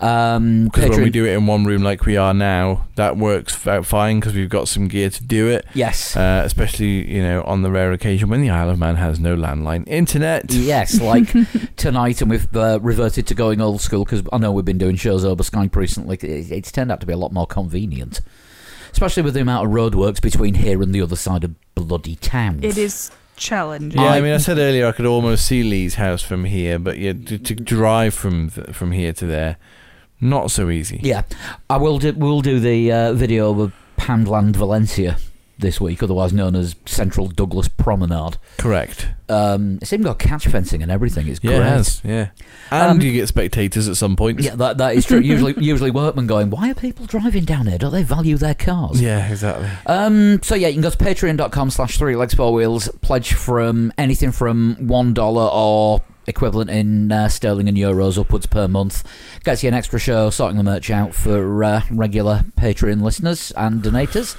Speaker 1: Um,
Speaker 3: because when we
Speaker 1: Patreon-
Speaker 3: do it in one room like we are now, that works out fine because we've got some gear to do it.
Speaker 1: yes.
Speaker 3: Uh, especially you know on the rare occasion when the Isle of Man has no landline internet.
Speaker 1: Yes, like tonight, and we've uh, reverted to going old school because I know we've been doing shows over Skype recently. It- It's turned out to be a lot more convenient, especially with the amount of roadworks between here and the other side of bloody town.
Speaker 2: It is challenging.
Speaker 3: Yeah, I,
Speaker 1: I-
Speaker 3: mean, I said earlier I could almost see Lee's house from here, but yeah, to, to
Speaker 1: Mm.
Speaker 3: drive from th- from here to there, not so easy.
Speaker 1: Yeah, I will do. We'll do the uh, video of Poundland Valencia this week, otherwise known as Central Douglas Promenade.
Speaker 3: Correct.
Speaker 1: Um, it's even got catch fencing and everything. It's
Speaker 3: Yeah,
Speaker 1: great.
Speaker 3: it has. Yeah. And
Speaker 1: Um,
Speaker 3: you get spectators at some point.
Speaker 1: Yeah, that, that is true. usually, usually workmen going, why are people driving down here? Don't they value their cars?
Speaker 3: Yeah, exactly.
Speaker 1: Um, so yeah, you can go to patreon.com slash three legs four wheels, pledge from anything from one dollar or equivalent in uh, sterling and euros upwards per month. Gets you an extra show, sorting the merch out for uh, regular Patreon listeners and donators.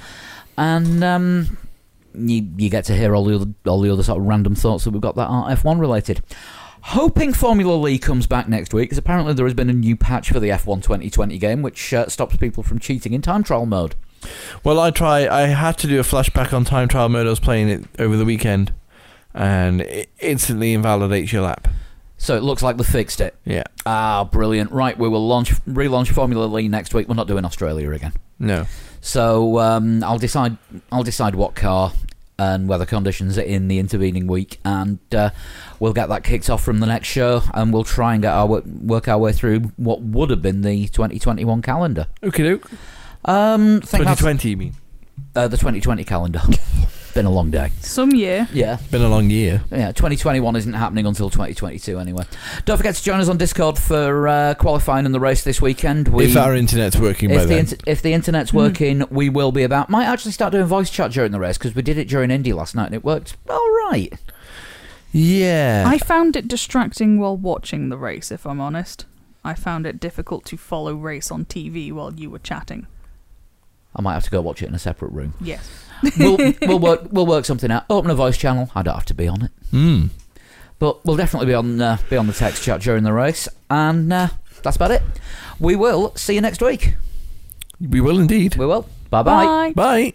Speaker 1: And um, you, you get to hear all the, other, all the other sort of random thoughts that we've got that aren't F1 related. Hoping Formula Lee comes back next week, because apparently there has been a new patch for the F1 2020 game, which uh, stops people from cheating in time trial mode.
Speaker 3: Well, I try. I had to do a flashback on time trial mode. I was playing it over the weekend, and it instantly invalidates your lap.
Speaker 1: So it looks like they fixed it.
Speaker 3: Yeah.
Speaker 1: Ah, brilliant. Right, we will launch relaunch Formula Lee next week. We're not doing Australia again.
Speaker 3: No.
Speaker 1: So um, I'll decide I'll decide what car and weather conditions are in the intervening week, and uh, we'll get that kicked off from the next show, and we'll try and get our wo- work our way through what would have been the 2021 calendar.
Speaker 3: Okie doke.
Speaker 1: Um, I think
Speaker 3: Twenty
Speaker 1: that's,
Speaker 3: twenty. You mean?
Speaker 1: uh, the 2020 calendar. Been a long day.
Speaker 2: Some year.
Speaker 1: Yeah.
Speaker 3: Been a long year.
Speaker 1: Yeah, 2021 isn't happening until 2022 anyway. Don't forget to join us on Discord for uh, qualifying and the race this weekend. We,
Speaker 3: if our internet's working by
Speaker 1: if the,
Speaker 3: then. Hmm.
Speaker 1: inter- if the internet's working, we will be about. Might actually start doing voice chat during the race because we did it during Indy last night and it worked all right.
Speaker 3: yeah.
Speaker 2: I found it distracting while watching the race, if I'm honest. I found it difficult to follow race on TV while you were chatting.
Speaker 1: I might have to go watch it in a separate room.
Speaker 2: Yes.
Speaker 1: We'll, we'll work we'll work something out. Open a voice channel. I don't have to be on it,
Speaker 3: Mm.
Speaker 1: but we'll definitely be on uh, be on the text chat during the race. And uh, that's about it. We will see you next week.
Speaker 3: We will indeed.
Speaker 1: We will. Bye bye.
Speaker 3: Bye.